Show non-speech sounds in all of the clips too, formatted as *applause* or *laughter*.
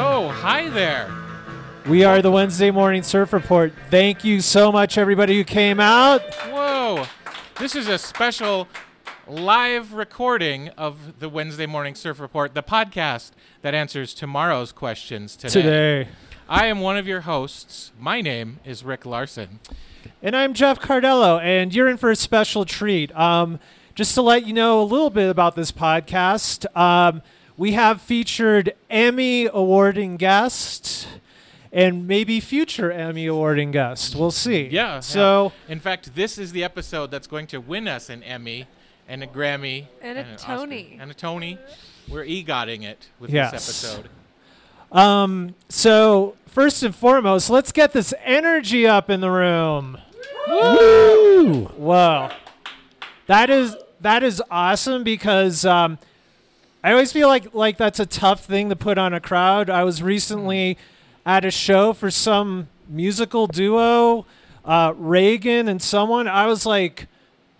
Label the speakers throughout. Speaker 1: Oh, there.
Speaker 2: We are the Wednesday Morning Surf Report. Thank you so much, everybody who came out.
Speaker 1: Whoa. This is a special live recording of the Wednesday Morning Surf Report, the podcast that answers tomorrow's questions today.
Speaker 2: Today.
Speaker 1: I am one of your hosts. My name is Rick Larson.
Speaker 2: And I'm Jeff Cardello, and you're in for a special treat. Um, just to let you know a little bit about this podcast, um, we have featured Emmy awarding guests and maybe future Emmy awarding guests. We'll see.
Speaker 1: Yeah.
Speaker 2: So
Speaker 1: yeah. in fact, this is the episode that's going to win us an Emmy and a Grammy
Speaker 3: And a
Speaker 1: an Oscar,
Speaker 3: Tony.
Speaker 1: and a Tony. We're egotting it with
Speaker 2: Yes.
Speaker 1: this episode.
Speaker 2: um so first and foremost, let's get this energy up in the room.
Speaker 4: Woo!
Speaker 2: Whoa. That is that is awesome because um, I always feel like like that's a tough thing to put on a crowd. I was recently at a show for some musical duo, uh, Reagan and someone. I was like,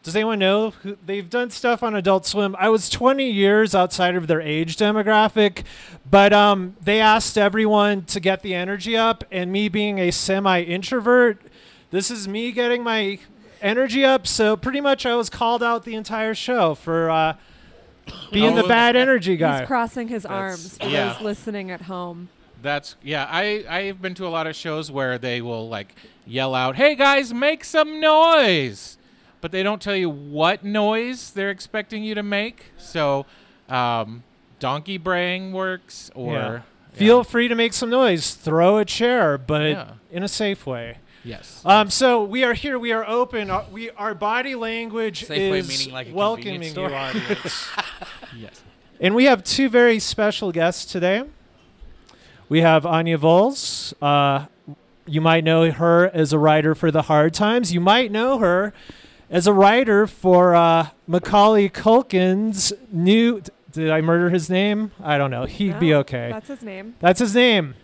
Speaker 2: does anyone know who they've done stuff on Adult Swim? I was 20 years outside of their age demographic, but um, they asked everyone to get the energy up, and me being a semi introvert, this is me getting my energy up. So pretty much, I was called out the entire show for uh, being the
Speaker 1: Oh.
Speaker 2: bad energy guy.
Speaker 3: He's crossing his arms for
Speaker 1: yeah.
Speaker 3: those listening at home.
Speaker 1: That's yeah. I I've been to a lot of shows where they will like yell out, "Hey guys, make some noise," but they don't tell you what noise they're expecting you to make. So, um, donkey braying works, or
Speaker 2: Yeah.
Speaker 1: yeah.
Speaker 2: Feel free to make some noise. Throw a chair, but
Speaker 1: Yeah.
Speaker 2: in a safe way.
Speaker 1: yes.
Speaker 3: uh,
Speaker 2: Um, so we are here. We are open. Our, we our body language
Speaker 4: Safe way
Speaker 2: is
Speaker 4: meaning like a
Speaker 2: welcoming
Speaker 4: convenience
Speaker 2: you,
Speaker 4: store.
Speaker 2: audience.
Speaker 4: Yes.
Speaker 2: *laughs* and we have two very special guests today. We have Anya Vols. Uh, you might know her as a writer for The Hard Times. You might know her as a writer for uh, Macaulay Culkin's new. Did I murder his name? I don't know. He'd be
Speaker 3: No,
Speaker 2: okay.
Speaker 3: That's his name.
Speaker 2: That's his name.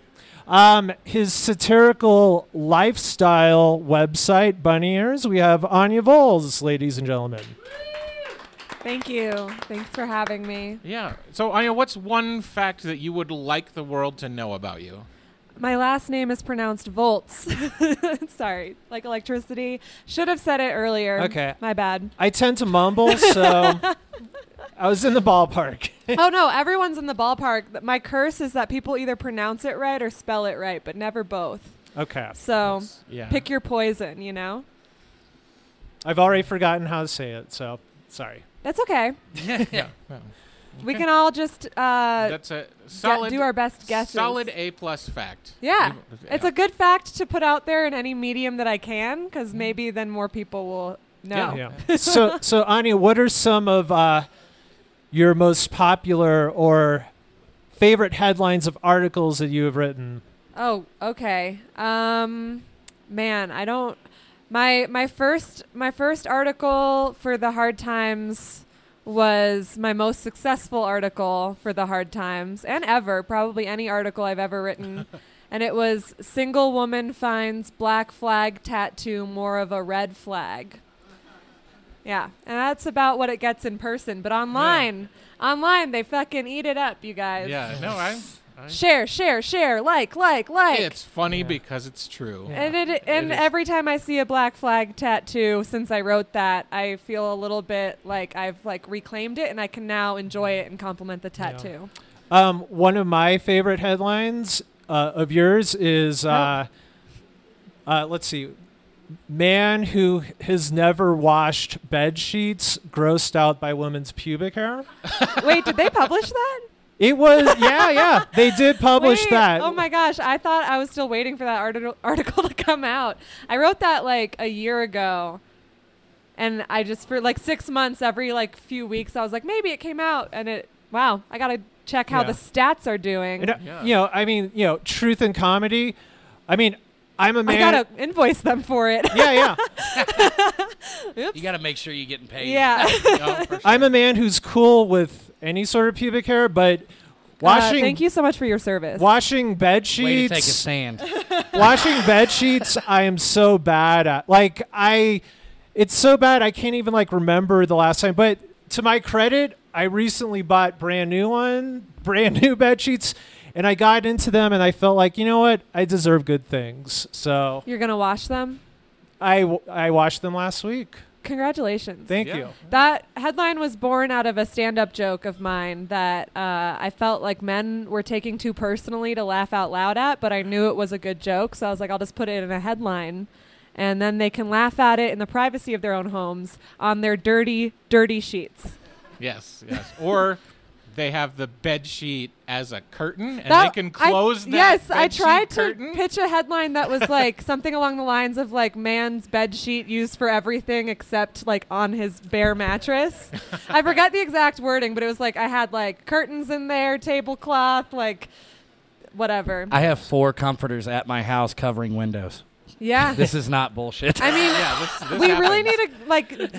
Speaker 2: Um, his satirical lifestyle website, Bunny Ears. We have Anya Voles, ladies and gentlemen.
Speaker 3: Thank you. Thanks for having me.
Speaker 1: yeah. So, Anya, what's one fact that you would like the world to know about you?
Speaker 3: My last name is pronounced Volts. *laughs* Sorry, like electricity. Should have said it earlier.
Speaker 2: Okay. *laughs*
Speaker 3: My bad.
Speaker 2: I tend to mumble, so I was in the ballpark.
Speaker 3: oh no, everyone's in the ballpark. Th- My curse is that people either pronounce it right or spell it right, but never both.
Speaker 2: okay.
Speaker 3: So
Speaker 1: Yeah.
Speaker 3: Um, pick your poison, you know?
Speaker 2: I've already forgotten how to say it, so sorry.
Speaker 3: That's okay.
Speaker 1: *laughs*
Speaker 3: *laughs*
Speaker 1: yeah. yeah.
Speaker 3: We
Speaker 1: Okay.
Speaker 3: can all just uh,
Speaker 1: That's a
Speaker 3: get-
Speaker 1: solid.
Speaker 3: do our best guesses.
Speaker 1: Solid A plus fact.
Speaker 3: Yeah.
Speaker 1: You-
Speaker 3: It's a good fact to put out there in any medium that I can because maybe then more people will know.
Speaker 1: Yeah.
Speaker 2: Yeah. so, so Anya, what are some of uh, your most popular or favorite headlines of articles that you have written?
Speaker 3: Oh, okay. Um, man, I don't. My my first my first article for the Hard Times was my most successful article for the Hard Times and ever probably any article I've
Speaker 1: *laughs*
Speaker 3: ever written, and it was single woman finds black flag tattoo more of a red flag. Yeah, and that's about what it gets in person, but online, online they fucking eat it up, you guys.
Speaker 1: Yeah. No, I. I
Speaker 3: Share, share, share, like, like, like.
Speaker 1: it's funny because it's true.
Speaker 3: And it, and
Speaker 1: is.
Speaker 3: every time I see a black flag tattoo since I wrote that, I feel a little bit like I've like reclaimed it and I can now enjoy it and compliment the tattoo.
Speaker 2: Um, one of my favorite headlines uh, of yours is uh, uh, let's see, man who has never washed bed sheets grossed out by woman's pubic hair.
Speaker 3: Wait, did they
Speaker 2: *laughs*
Speaker 3: publish that?
Speaker 2: It
Speaker 3: *laughs*
Speaker 2: was yeah yeah they did publish
Speaker 3: Wait,
Speaker 2: that.
Speaker 3: Oh my gosh, I thought I was still waiting for that article *laughs* article to come out. I wrote that like a year ago. And I just for like 6 months every like few weeks I was like maybe it came out and it wow, I got to check how
Speaker 2: Yeah.
Speaker 3: the stats are doing.
Speaker 2: And, uh,
Speaker 1: Yeah.
Speaker 2: You know I mean you know truth and comedy. I mean I'm a
Speaker 3: I
Speaker 2: man.
Speaker 3: got to invoice them for it.
Speaker 2: *laughs*
Speaker 3: *laughs*
Speaker 2: yeah yeah
Speaker 4: You got to make sure you're getting paid.
Speaker 3: yeah.
Speaker 1: Oh,
Speaker 3: *laughs*
Speaker 1: for
Speaker 2: I'm a man who's cool with any sort of pubic hair, but washing
Speaker 3: Uh, thank you so much for your service.
Speaker 2: washing bed sheets.
Speaker 4: Way to take a stand.
Speaker 2: washing bed sheets i am so bad at like i it's so bad i can't even like remember the last time but to my credit i recently bought brand new one brand new bed sheets and I got into them, and I felt like you know what, I deserve good things. So
Speaker 3: You're gonna wash them.
Speaker 2: I w- I watched them last week.
Speaker 3: Congratulations.
Speaker 2: Thank
Speaker 1: Yeah.
Speaker 2: you.
Speaker 3: That headline was born out of a stand up joke of mine that uh, I felt like men were taking too personally to laugh out loud at, but I knew it was a good joke. So I was like, I'll just put it in a headline. And then they can laugh at it in the privacy of their own homes on their dirty, dirty sheets.
Speaker 1: Yes, yes. Or they have the bed sheet as a curtain, and
Speaker 3: That-
Speaker 1: they can
Speaker 3: I-
Speaker 1: close. that
Speaker 3: Yes, I
Speaker 1: bed sheet
Speaker 3: tried to
Speaker 1: curtain.
Speaker 3: pitch a headline that was like something along the lines of like man's bed sheet used for everything except like on his bare mattress. I forgot the exact wording, but it was like I had like curtains in there, tablecloth, like whatever.
Speaker 4: I have four comforters at my house covering windows. *laughs*
Speaker 3: yeah.
Speaker 4: This is
Speaker 3: *laughs*
Speaker 4: not bullshit.
Speaker 3: I mean,
Speaker 1: Yeah, this, this
Speaker 3: we really
Speaker 1: happens.
Speaker 3: need to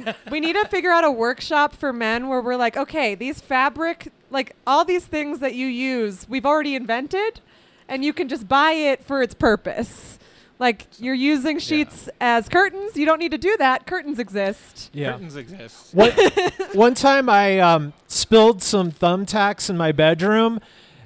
Speaker 3: like we need to figure out a workshop for men where we're like okay these fabric like all these things that you use we've already invented and you can just buy it for its purpose like you're using sheets as curtains you don't need to do that curtains exist
Speaker 2: Yeah.
Speaker 1: curtains exist.
Speaker 2: One, one time I um, spilled some thumbtacks in my bedroom,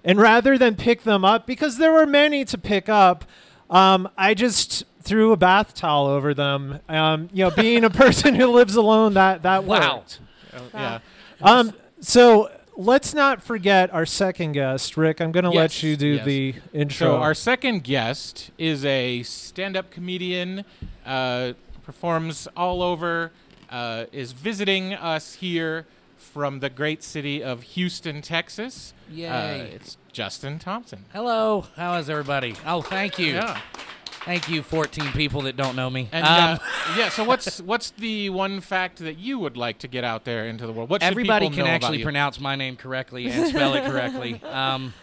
Speaker 2: and rather than pick them up, because there were many to pick up, um, I just threw a bath towel over them. Um, you know,
Speaker 1: *laughs*
Speaker 2: being a person who lives alone, that that
Speaker 4: Wow.
Speaker 2: worked.
Speaker 1: Oh, yeah.
Speaker 2: Um, so let's not forget our second guest, Rick. I'm going to
Speaker 1: Yes,
Speaker 2: let you do
Speaker 1: yes.
Speaker 2: the intro.
Speaker 1: So our second guest is a stand-up comedian, uh, performs all over, uh, is visiting us here from the great city of Houston, Texas.
Speaker 4: Yay.
Speaker 1: Uh, it's Justin Thompson.
Speaker 4: Hello, how is everybody? Oh, thank you. Thank you, 14 people that don't know me.
Speaker 1: And
Speaker 4: Um,
Speaker 1: uh, yeah, so what's *laughs* what's the one fact that you would like to get out there into the world? What should
Speaker 4: everybody
Speaker 1: people
Speaker 4: can
Speaker 1: know
Speaker 4: actually
Speaker 1: about you?
Speaker 4: pronounce my name correctly and spell it correctly. Um,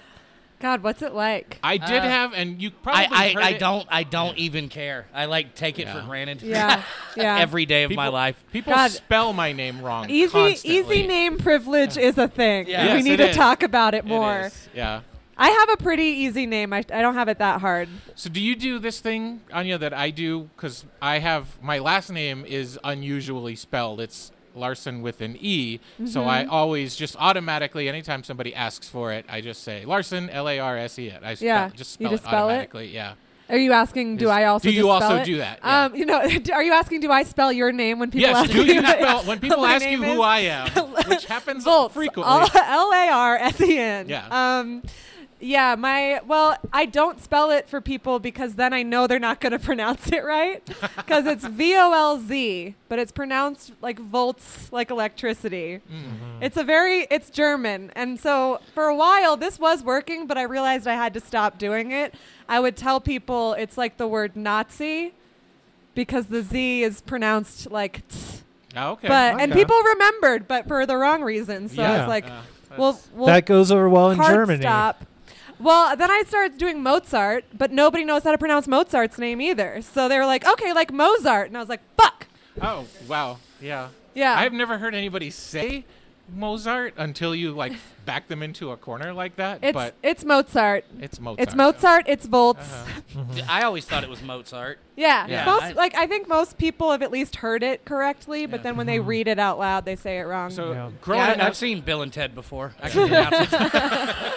Speaker 3: god what's it like
Speaker 1: I did
Speaker 4: uh,
Speaker 1: have, and you probably
Speaker 4: I,
Speaker 1: heard
Speaker 4: I, I
Speaker 1: it.
Speaker 4: don't I don't even care. I like take it
Speaker 1: Yeah.
Speaker 4: for
Speaker 3: *laughs* *laughs*
Speaker 4: granted.
Speaker 3: yeah yeah
Speaker 4: Every day of my
Speaker 1: People-
Speaker 4: life.
Speaker 1: People
Speaker 3: God.
Speaker 1: spell my name wrong.
Speaker 3: easy
Speaker 1: constantly.
Speaker 3: easy name privilege is a thing
Speaker 4: Yeah.
Speaker 3: we
Speaker 1: Yes,
Speaker 3: need
Speaker 1: it
Speaker 3: to
Speaker 1: is.
Speaker 3: talk about it
Speaker 1: It
Speaker 3: more
Speaker 1: is, Yeah.
Speaker 3: i have a pretty easy name I, I don't have it that hard
Speaker 1: So do you do this thing, Anya, that I do? Because I have my last name is unusually spelled. It's Larson with an E. So I
Speaker 3: Mm-hmm.
Speaker 1: always just automatically, anytime somebody asks for it, I just say Larson, L A R S E. It. I spell,
Speaker 3: Yeah.
Speaker 1: just
Speaker 3: You
Speaker 1: spell
Speaker 3: just
Speaker 1: it
Speaker 3: spell it?
Speaker 1: automatically. Yeah.
Speaker 3: Are you asking? Do
Speaker 1: Is-
Speaker 3: I also?
Speaker 1: do you
Speaker 3: just
Speaker 1: also
Speaker 3: spell it?
Speaker 1: do that? Yeah.
Speaker 3: Um, you know, *laughs* do- are you asking? Do I spell your name when people
Speaker 1: yes.
Speaker 3: ask
Speaker 1: Do
Speaker 3: me
Speaker 1: you
Speaker 3: *laughs* what-
Speaker 1: spell when people
Speaker 3: what my
Speaker 1: ask you
Speaker 3: name
Speaker 1: who
Speaker 3: is?
Speaker 1: I
Speaker 3: *laughs*
Speaker 1: am, which happens
Speaker 3: Volts,
Speaker 1: frequently?
Speaker 3: all- *laughs* L A R S E N.
Speaker 1: Yeah.
Speaker 3: Um, yeah. My well, I don't spell it for people because then I know they're not going to *laughs* pronounce it
Speaker 1: *laughs*
Speaker 3: right because it's V O L Z, but it's pronounced like volts, like electricity.
Speaker 1: Mm-hmm.
Speaker 3: It's a very it's German, and so for a while this was working, but I realized I had to stop doing it. I would tell people it's like the word Nazi because the Z is pronounced like. T-
Speaker 1: Oh, okay.
Speaker 3: but and
Speaker 2: Okay.
Speaker 3: people remembered, but for the wrong reasons. So I
Speaker 2: Yeah.
Speaker 3: was like,
Speaker 1: Yeah, Uh,
Speaker 3: well,
Speaker 1: that's-
Speaker 3: well,
Speaker 2: that goes over well in
Speaker 3: hard
Speaker 2: Germany.
Speaker 3: stop. Well, then I started doing Mozart, but nobody knows how to pronounce Mozart's name either. So they were like, okay, like Mozart, and I was like, fuck.
Speaker 1: oh wow. Yeah.
Speaker 3: Yeah.
Speaker 1: I've never heard anybody say Mozart until you like back them into a corner like that.
Speaker 3: It's
Speaker 1: but
Speaker 3: it's Mozart.
Speaker 1: it's Mozart.
Speaker 3: It's Mozart. It's Volts.
Speaker 1: Uh-huh.
Speaker 4: I always thought it was Mozart.
Speaker 3: Yeah.
Speaker 1: Yeah.
Speaker 3: Most
Speaker 4: I-
Speaker 3: like I think most people have at least heard it correctly,
Speaker 1: Yeah.
Speaker 3: but
Speaker 1: Mm-hmm.
Speaker 3: then when they read it out loud, they say it wrong.
Speaker 1: So
Speaker 2: Yeah.
Speaker 1: growing
Speaker 4: Yeah, I-
Speaker 1: up,
Speaker 4: I've seen Bill and Ted before. I can pronounce it.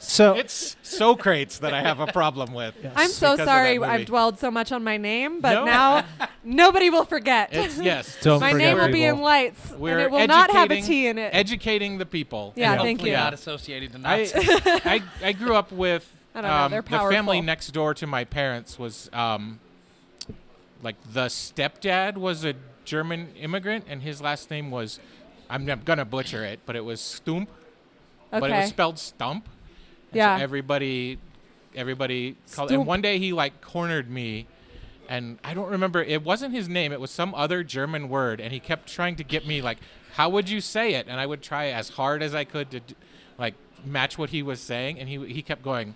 Speaker 2: So
Speaker 1: it's Socrates that I have a problem with.
Speaker 3: I'm so
Speaker 1: because of that
Speaker 3: sorry
Speaker 1: movie.
Speaker 3: I've dwelled so much on my name, but
Speaker 1: No. *laughs*
Speaker 3: now nobody will forget.
Speaker 1: It's yes.
Speaker 2: Don't
Speaker 3: My
Speaker 2: forget
Speaker 3: name will be
Speaker 2: people.
Speaker 3: in lights,
Speaker 1: We're
Speaker 3: and it will not have a
Speaker 1: educating-
Speaker 3: T in it.
Speaker 1: Educating the people.
Speaker 3: Yeah,
Speaker 4: Hopefully
Speaker 3: thank you.
Speaker 4: not associated to
Speaker 1: I,
Speaker 4: Nazi.
Speaker 1: *laughs* I I grew up with
Speaker 3: I don't know,
Speaker 1: um,
Speaker 3: they're
Speaker 1: the family
Speaker 3: powerful.
Speaker 1: next door to my parents was um, like the stepdad was a German immigrant and his last name was I'm, I'm gonna butcher it but it was Stump
Speaker 3: okay.
Speaker 1: but it was spelled Stump And so
Speaker 3: yeah.
Speaker 1: everybody, everybody called.
Speaker 3: Stoop.
Speaker 1: And one day he like cornered me, and I don't remember. It wasn't his name. It was some other German word, and he kept trying to get me like, how would you say it? And I would try as hard as I could to, d- like, match what he was saying, and he he kept going,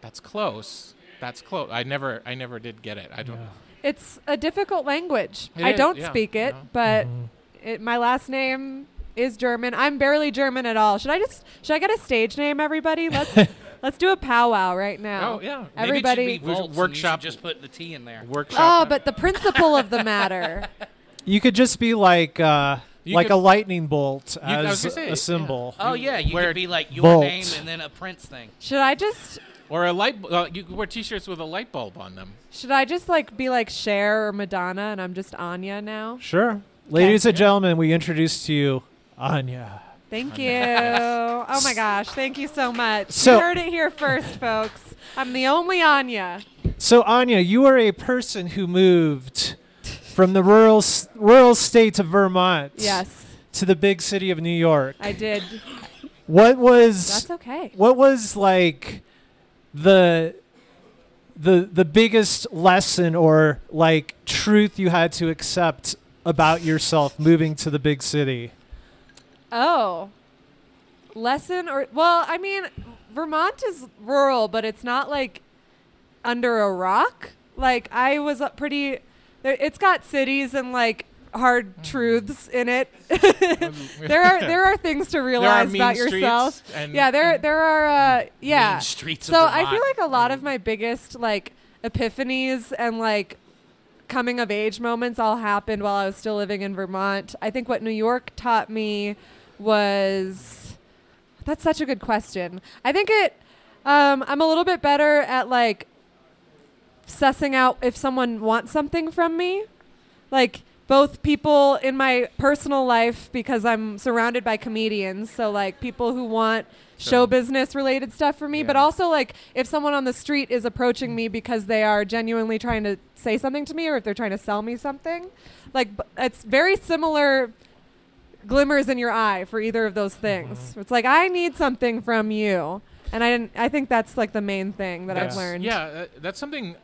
Speaker 1: that's close. That's close. I never, I never did get it. I don't.
Speaker 3: it's a difficult language.
Speaker 1: It
Speaker 3: I
Speaker 1: is,
Speaker 3: don't
Speaker 1: yeah,
Speaker 3: speak it,
Speaker 1: yeah.
Speaker 3: but
Speaker 2: Mm-hmm.
Speaker 3: it, my last name is German. I'm barely German at all. Should I just should I get a stage name, everybody?
Speaker 2: *laughs*
Speaker 3: Let's let's do a powwow right now.
Speaker 1: Oh, yeah.
Speaker 4: Maybe it should
Speaker 3: Everybody.
Speaker 1: We
Speaker 4: be
Speaker 1: should
Speaker 4: Volts and you should
Speaker 1: workshop-
Speaker 4: just put the T in there.
Speaker 1: Workshop.
Speaker 3: Oh,
Speaker 1: them.
Speaker 3: but the principle of the matter. *laughs*
Speaker 2: you could just be like uh,
Speaker 1: You
Speaker 2: like
Speaker 1: could-
Speaker 2: a lightning bolt
Speaker 1: I was
Speaker 2: as
Speaker 1: gonna say, yeah.
Speaker 2: a symbol.
Speaker 4: Oh yeah, you
Speaker 1: Where-
Speaker 4: could be like your
Speaker 2: Volt.
Speaker 4: name and then a Prince thing.
Speaker 3: Should I just
Speaker 1: or a light. bu- Uh, you could wear T-shirts with a light bulb on them.
Speaker 3: should I just like be like Cher or Madonna and I'm just Anya now?
Speaker 2: Sure. Ladies and gentlemen, we introduce to you Anya.
Speaker 3: Thank *laughs* you. Oh my gosh, thank you so much.
Speaker 2: So-
Speaker 3: you heard it here first, folks. I'm the only Anya.
Speaker 2: So Anya, you are a person who moved from the rural s- rural state of Vermont
Speaker 3: Yes,
Speaker 2: to the big city of New York.
Speaker 3: I did.
Speaker 2: What was
Speaker 3: That's okay.
Speaker 2: what was like the the the biggest lesson or like truth you had to accept about yourself moving to the big city?
Speaker 3: Oh. Lesson or well, I mean, Vermont is rural, but it's not like under a rock. Like I was a pretty there, it's got cities and like hard truths in it. *laughs* there are there are things to realize
Speaker 1: mean
Speaker 3: about yourself.
Speaker 1: streets and-
Speaker 3: yeah, there there are uh yeah.
Speaker 4: Mean streets of
Speaker 3: so I feel
Speaker 4: Vermont.
Speaker 3: like a lot
Speaker 1: Mm.
Speaker 3: of my biggest like epiphanies and like coming of age moments all happened while I was still living in Vermont. I think what New York taught me was that's such a good question. I think it um, I'm a little bit better at like sussing out if someone wants something from me. Like both people in my personal life because I'm surrounded by comedians, so like people who want show business related stuff from me, but
Speaker 1: Yeah.
Speaker 3: also like if someone on the street is approaching me because they are genuinely trying to say something to me or if they're trying to sell me something. Like b- it's very similar glimmers in your eye for either of those things. It's like I need something from you. And I didn't I think that's like the main thing that I've
Speaker 2: That's-
Speaker 3: learned.
Speaker 1: Yeah, uh, that's something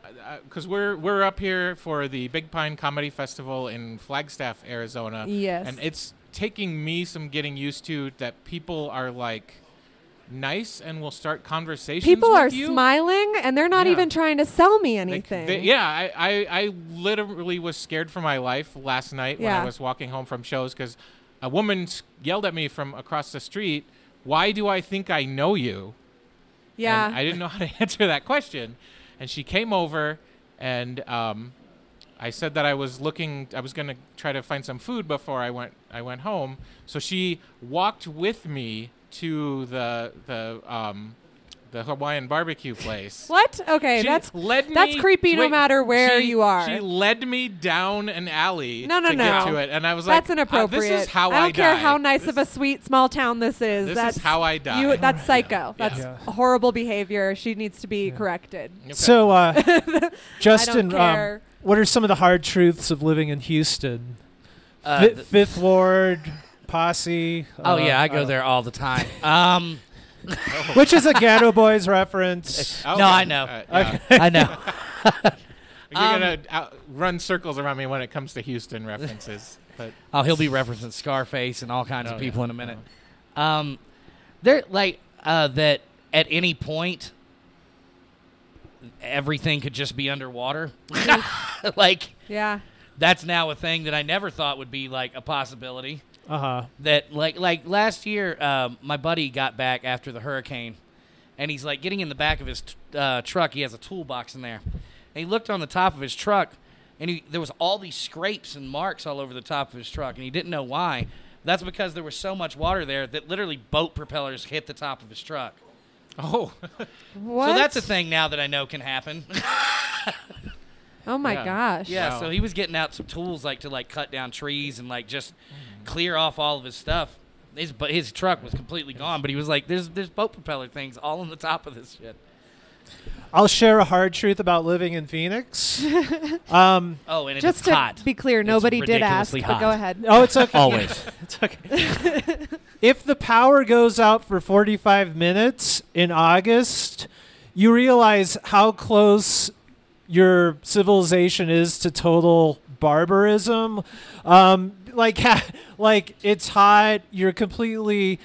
Speaker 1: because we're we're up here for the Big Pine Comedy Festival in Flagstaff, Arizona.
Speaker 3: Yes.
Speaker 1: and it's taking me some getting used to that people are like nice and will start conversations.
Speaker 3: People
Speaker 1: with
Speaker 3: are
Speaker 1: you.
Speaker 3: smiling and they're not
Speaker 1: Yeah.
Speaker 3: even trying to sell me
Speaker 1: Like,
Speaker 3: anything.
Speaker 1: they- yeah, I, I, I literally was scared for my life last night when I
Speaker 3: Yeah.
Speaker 1: was walking home from shows because a woman s- yelled at me from across the street, Why do I think I know you?
Speaker 3: Yeah.
Speaker 1: And I didn't know how to *laughs* answer that question. And she came over and um, I said that I was looking I was gonna try to find some food before I went I went home. So she walked with me to the the um, the Hawaiian barbecue place.
Speaker 3: *laughs* what? Okay,
Speaker 1: She
Speaker 3: that's
Speaker 1: led me,
Speaker 3: that's creepy no matter where
Speaker 1: she-
Speaker 3: you are.
Speaker 1: She led me down an alley
Speaker 3: No, no,
Speaker 1: to get
Speaker 3: no.
Speaker 1: to it, and I was like,
Speaker 3: that's inappropriate.
Speaker 1: Uh, this is how I,
Speaker 3: I don't care
Speaker 1: die.
Speaker 3: how nice
Speaker 1: This-
Speaker 3: of a sweet small town this is.
Speaker 1: This is
Speaker 3: that's
Speaker 1: how I die.
Speaker 3: You,
Speaker 4: *laughs*
Speaker 3: that's psycho.
Speaker 1: Yeah.
Speaker 3: That's
Speaker 2: Yeah.
Speaker 3: horrible behavior. She needs to be corrected.
Speaker 1: Okay.
Speaker 2: So
Speaker 3: *laughs*
Speaker 2: uh, Justin, um,
Speaker 3: care.
Speaker 2: what are some of the hard truths of living in Houston?
Speaker 4: Uh,
Speaker 2: Fi
Speaker 4: th-
Speaker 2: Fifth Ward posse.
Speaker 4: oh
Speaker 2: uh,
Speaker 4: yeah, I go
Speaker 2: uh,
Speaker 4: there all the time. Um,
Speaker 2: Which is a Ghetto Boys
Speaker 4: *laughs*
Speaker 2: reference.
Speaker 1: Okay.
Speaker 4: No, I know.
Speaker 1: Uh, yeah.
Speaker 2: *laughs*
Speaker 4: I know.
Speaker 1: You're gonna
Speaker 3: Um,
Speaker 1: out- run circles around me when it comes to Houston references,
Speaker 3: *laughs*
Speaker 1: but
Speaker 4: Oh, he'll be referencing Scarface and all kinds
Speaker 1: Oh,
Speaker 4: of people
Speaker 1: yeah.
Speaker 4: in a minute. Um, they're like uh, that at any point, everything could just be underwater. *laughs* like
Speaker 3: Yeah.
Speaker 4: that's now a thing that I never thought would be like a possibility.
Speaker 2: Uh huh.
Speaker 4: That like like last year, um, my buddy got back after the hurricane, and he's like getting in the back of his t- uh, truck. He has a toolbox in there, and he looked on the top of his truck, and he, there was all these scrapes and marks all over the top of his truck, and he didn't know why. That's because there was so much water there that literally boat propellers hit the top of his truck.
Speaker 1: oh,
Speaker 3: What?
Speaker 4: So that's a thing now that I know can happen. *laughs*
Speaker 3: Oh my
Speaker 1: Yeah.
Speaker 3: gosh.
Speaker 4: Yeah,
Speaker 1: Wow.
Speaker 4: so he was getting out some tools like to like cut down trees and like just
Speaker 1: Mm.
Speaker 4: clear off all of his stuff. His but his truck was completely gone, but he was like, "There's there's boat propeller things all on the top of this shit."
Speaker 2: I'll share a hard truth about living in Phoenix. um,
Speaker 4: Oh, and
Speaker 3: Just
Speaker 4: it's
Speaker 3: to
Speaker 4: hot.
Speaker 3: be clear, nobody did ask,
Speaker 4: ridiculously
Speaker 3: but go
Speaker 4: hot.
Speaker 3: ahead.
Speaker 2: oh, it's okay.
Speaker 4: Always.
Speaker 2: *laughs* it's okay. if the power goes out for 45 minutes in August, you realize how close your civilization is to total barbarism. Um, like, ha- like it's hot. You're completely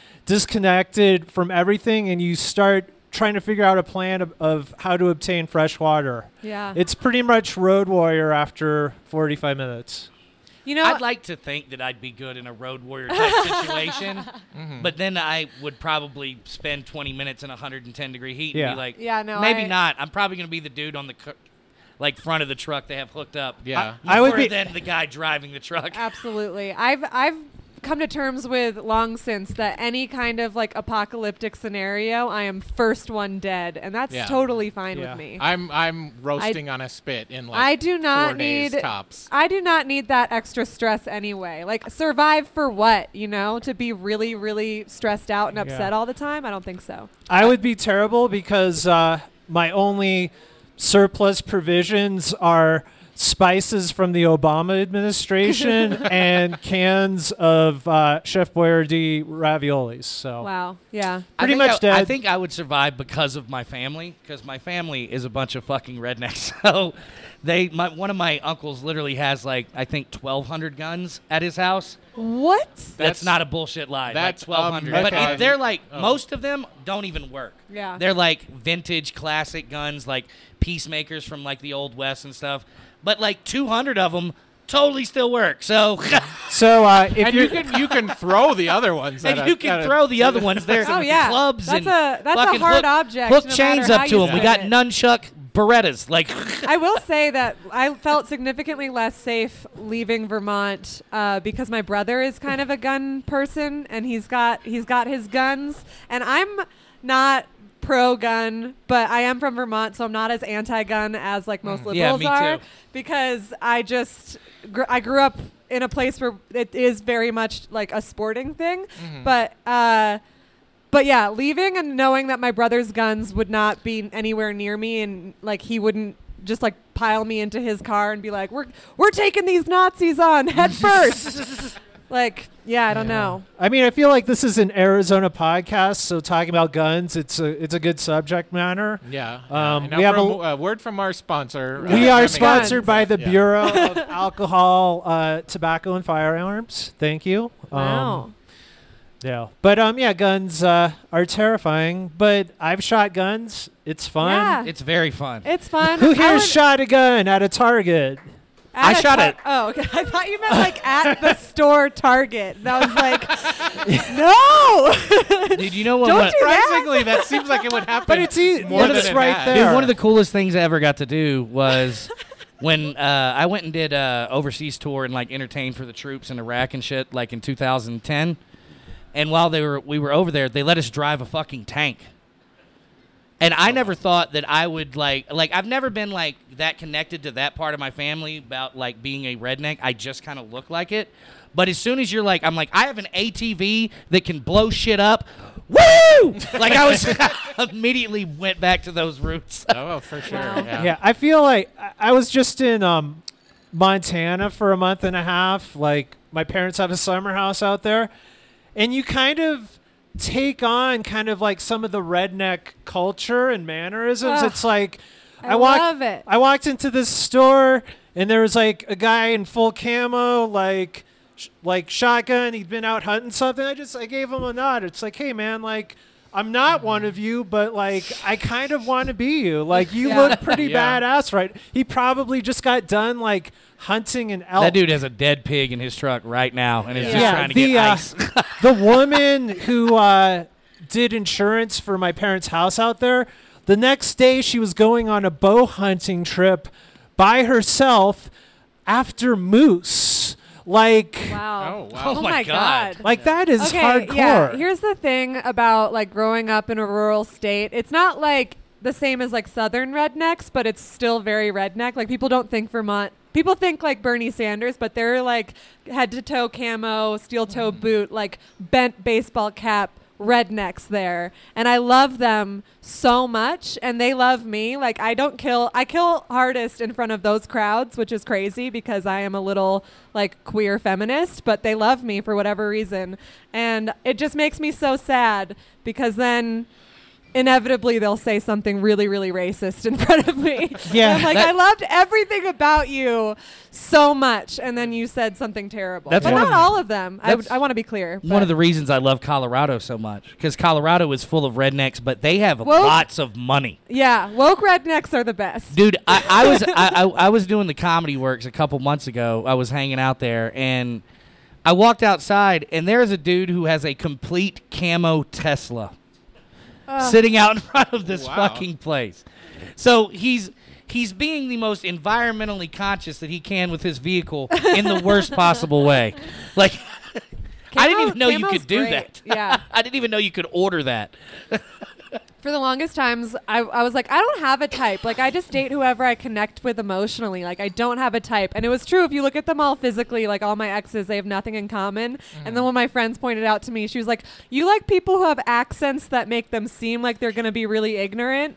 Speaker 2: disconnected from everything, and you start trying to figure out a plan of, of how to obtain fresh water.
Speaker 3: Yeah.
Speaker 2: It's pretty much Road Warrior after 45 minutes.
Speaker 3: you know,
Speaker 4: I'd like to think that I'd be good in a road
Speaker 3: *laughs*
Speaker 4: warrior type situation,
Speaker 1: Mm-hmm.
Speaker 4: but then I would probably spend 20 minutes in 110 degree heat
Speaker 2: Yeah.
Speaker 4: and be like,
Speaker 3: Yeah, no,
Speaker 4: maybe
Speaker 3: I-
Speaker 4: not. I'm probably gonna be the dude on the." cu- like front of the truck they have hooked up.
Speaker 1: Yeah.
Speaker 2: I would
Speaker 4: more
Speaker 2: be-
Speaker 3: *laughs*
Speaker 4: than the guy driving the truck.
Speaker 3: Absolutely. I've I've come to terms with long since that any kind of like apocalyptic scenario, I am first one dead, and that's
Speaker 1: Yeah.
Speaker 3: totally fine
Speaker 2: Yeah.
Speaker 3: with me.
Speaker 1: I'm I'm roasting on a spit in like
Speaker 3: I do
Speaker 1: four
Speaker 3: not
Speaker 1: days
Speaker 3: need
Speaker 1: tops.
Speaker 3: I do not need that extra stress anyway. Like survive for what, you know? To be really really stressed out and upset
Speaker 2: Yeah.
Speaker 3: all the time? I don't think so.
Speaker 2: I would be terrible because uh, my only surplus provisions are spices from the Obama
Speaker 3: *laughs*
Speaker 2: administration and cans of uh, Chef Boyardee raviolis. So
Speaker 3: Wow. Yeah.
Speaker 2: Pretty
Speaker 4: I think
Speaker 2: much
Speaker 4: I, I
Speaker 2: dead.
Speaker 4: think I would survive because of my family, because my family is a bunch of fucking rednecks. *laughs* So they, my, one of my uncles literally has like I think twelve hundred guns at his house.
Speaker 3: What?
Speaker 4: That's,
Speaker 1: That's-
Speaker 4: not a bullshit lie.
Speaker 1: that's
Speaker 4: like twelve hundred. But
Speaker 1: amazing.
Speaker 4: it, they're like
Speaker 1: Oh.
Speaker 4: most of them don't even work.
Speaker 3: Yeah.
Speaker 4: They're like vintage classic guns, like peacemakers from like the old west and stuff. But like two hundred of them totally still work. So *laughs*
Speaker 2: so uh, if
Speaker 1: and you
Speaker 2: you're
Speaker 1: can you can throw the
Speaker 3: *laughs*
Speaker 1: other ones.
Speaker 4: and
Speaker 1: at
Speaker 4: you
Speaker 1: us.
Speaker 4: can
Speaker 1: Gotta-
Speaker 4: throw the other *laughs* ones. There's
Speaker 3: Oh, yeah.
Speaker 4: clubs
Speaker 3: That's
Speaker 4: and
Speaker 3: a- that's a
Speaker 4: fucking
Speaker 3: hard
Speaker 4: hook,
Speaker 3: object,
Speaker 4: Hook
Speaker 3: no matter
Speaker 4: chains
Speaker 3: how
Speaker 4: up to
Speaker 3: you
Speaker 4: them. We
Speaker 3: spin
Speaker 4: got
Speaker 3: it.
Speaker 4: nunchuck
Speaker 3: *laughs*
Speaker 4: Berettas. Like
Speaker 3: I will say that I felt significantly less safe leaving Vermont uh, because my brother is kind of a gun person, and he's got he's got his guns, and I'm not pro gun, but I am from Vermont, so I'm not as anti gun as like most
Speaker 4: Mm. Yeah,
Speaker 3: liberals
Speaker 4: me
Speaker 3: are
Speaker 4: too.
Speaker 3: because I just gr- I grew up in a place where it is very much like a sporting thing,
Speaker 4: Mm-hmm.
Speaker 3: but. Uh, but yeah, leaving and knowing that my brother's guns would not be anywhere near me, and like he wouldn't just like pile me into his car and be like, "We're we're taking these Nazis on head first. like, yeah, I don't know.
Speaker 2: I mean, I feel like this is an Arizona podcast, so talking about guns, it's a it's a good subject matter.
Speaker 1: Yeah.
Speaker 2: Um,
Speaker 1: Um,
Speaker 2: we
Speaker 1: we
Speaker 2: have
Speaker 1: have
Speaker 2: a-
Speaker 1: a word from our sponsor.
Speaker 2: We
Speaker 1: uh,
Speaker 2: are
Speaker 1: Remington.
Speaker 3: *laughs*
Speaker 2: sponsored by the
Speaker 1: Yeah.
Speaker 2: Bureau of Alcohol, uh, Tobacco, and Firearms. Thank you. Um,
Speaker 3: Wow.
Speaker 2: Yeah, but um, yeah, guns uh, are terrifying. But I've shot guns; it's fun.
Speaker 3: Yeah.
Speaker 4: it's very fun.
Speaker 3: It's fun.
Speaker 2: Who
Speaker 3: I
Speaker 2: here
Speaker 3: would-
Speaker 2: shot a gun at a target?
Speaker 3: at
Speaker 4: I
Speaker 3: a
Speaker 4: shot
Speaker 3: tar-
Speaker 4: it.
Speaker 3: Oh, *laughs* okay. I thought you meant like at the store Target. And I was like, no. *laughs*
Speaker 4: *laughs* Dude, you know what?
Speaker 3: Don't
Speaker 4: what-
Speaker 3: do that.
Speaker 1: Surprisingly, that seems like it
Speaker 3: *laughs*
Speaker 1: would happen.
Speaker 2: But it's e-
Speaker 1: more
Speaker 2: but
Speaker 1: than
Speaker 2: it's
Speaker 1: it
Speaker 2: right
Speaker 1: has.
Speaker 2: there.
Speaker 4: Dude, one of the coolest things I ever got to
Speaker 3: *laughs*
Speaker 4: do was when uh, I went and did a overseas tour and like entertained for the troops in Iraq and shit, like in 2010. And while they were we were over there, they let us drive a fucking tank. And I never thought that I would like like I've never been like that connected to that part of my family about like being a redneck. I just kind of look like it. But as soon as you're like, I'm like, I have an ATV that can blow shit up. Woo! Like I was *laughs* immediately went back to those roots. *laughs*
Speaker 1: Oh, for sure.
Speaker 3: Wow.
Speaker 1: Yeah.
Speaker 2: Yeah, I feel like I- I was just in um, Montana for a month and a half. Like my parents have a summer house out there, and you kind of take on kind of like some of the redneck culture and mannerisms.
Speaker 3: Ugh,
Speaker 2: it's like
Speaker 3: I
Speaker 2: walk-
Speaker 3: love it.
Speaker 2: I walked into this store and there was like a guy in full camo, like sh- like shotgun. He'd been out hunting something. I just I gave him a nod. It's like, hey man, like. I'm not one of you, but like I kind of want to be you. Like you
Speaker 3: Yeah.
Speaker 2: look pretty
Speaker 1: Yeah.
Speaker 2: badass, right? He probably just got done like hunting an elk.
Speaker 4: That dude has a dead pig in his truck right now and is just
Speaker 3: Yeah,
Speaker 4: trying to
Speaker 2: the,
Speaker 4: get
Speaker 2: uh,
Speaker 4: ice.
Speaker 2: the woman who uh, did insurance for my parents' house out there, the next day she was going on a bow hunting trip by herself after moose. Like,
Speaker 3: Wow.
Speaker 1: Oh, wow. *laughs*
Speaker 3: *laughs*
Speaker 4: Oh my God.
Speaker 2: like that is
Speaker 3: okay,
Speaker 2: hardcore.
Speaker 3: yeah. Here's the thing about like growing up in a rural state. It's not like the same as like southern rednecks, but it's still very redneck. Like people don't think Vermont. People think like Bernie Sanders, but they're like head to toe camo, steel toe
Speaker 2: Mm-hmm.
Speaker 3: boot, like bent baseball cap rednecks there. And I love them so much and they love me. Like I don't kill I kill hardest in front of those crowds, which is crazy because I am a little like queer feminist, but they love me for whatever reason. And it just makes me so sad because then inevitably they'll say something really really racist in *laughs* front of me.
Speaker 2: Yeah.
Speaker 3: And I'm like
Speaker 4: That-
Speaker 3: I loved everything about you so much and then you said something terrible.
Speaker 4: That's
Speaker 3: but
Speaker 4: one
Speaker 3: not
Speaker 4: of-
Speaker 3: all of them. I
Speaker 4: that's
Speaker 3: would, I want to be clear.
Speaker 4: One
Speaker 3: but-
Speaker 4: of the reasons I love Colorado so much because Colorado is full of rednecks, but they have
Speaker 3: Well-
Speaker 4: lots of money.
Speaker 3: Yeah, woke rednecks are the best.
Speaker 4: Dude, I, I was I, I, I was doing the comedy works a couple months ago. I was hanging out there and I walked outside and there's a dude who has a complete camo Tesla
Speaker 3: Oh.
Speaker 4: sitting out in front of this
Speaker 1: Wow.
Speaker 4: fucking place. So he's he's being the most
Speaker 3: *laughs*
Speaker 4: environmentally conscious that he can with his vehicle in the worst possible way. Like I didn't
Speaker 3: Camo-
Speaker 4: even know you
Speaker 3: camo's
Speaker 4: could do
Speaker 3: great.
Speaker 4: that. *laughs*
Speaker 3: Yeah.
Speaker 4: I didn't even know you could order that.
Speaker 3: For the longest times, I, I was like, I don't have a type. Like, I just date whoever I connect with emotionally. Like, I don't have a type. And it was true. If you look at them all physically, like all my exes, they have nothing in common. And then
Speaker 4: Mm.
Speaker 3: when my friends pointed out to me, she was like, You like people who have accents that make them seem like they're going to be really ignorant,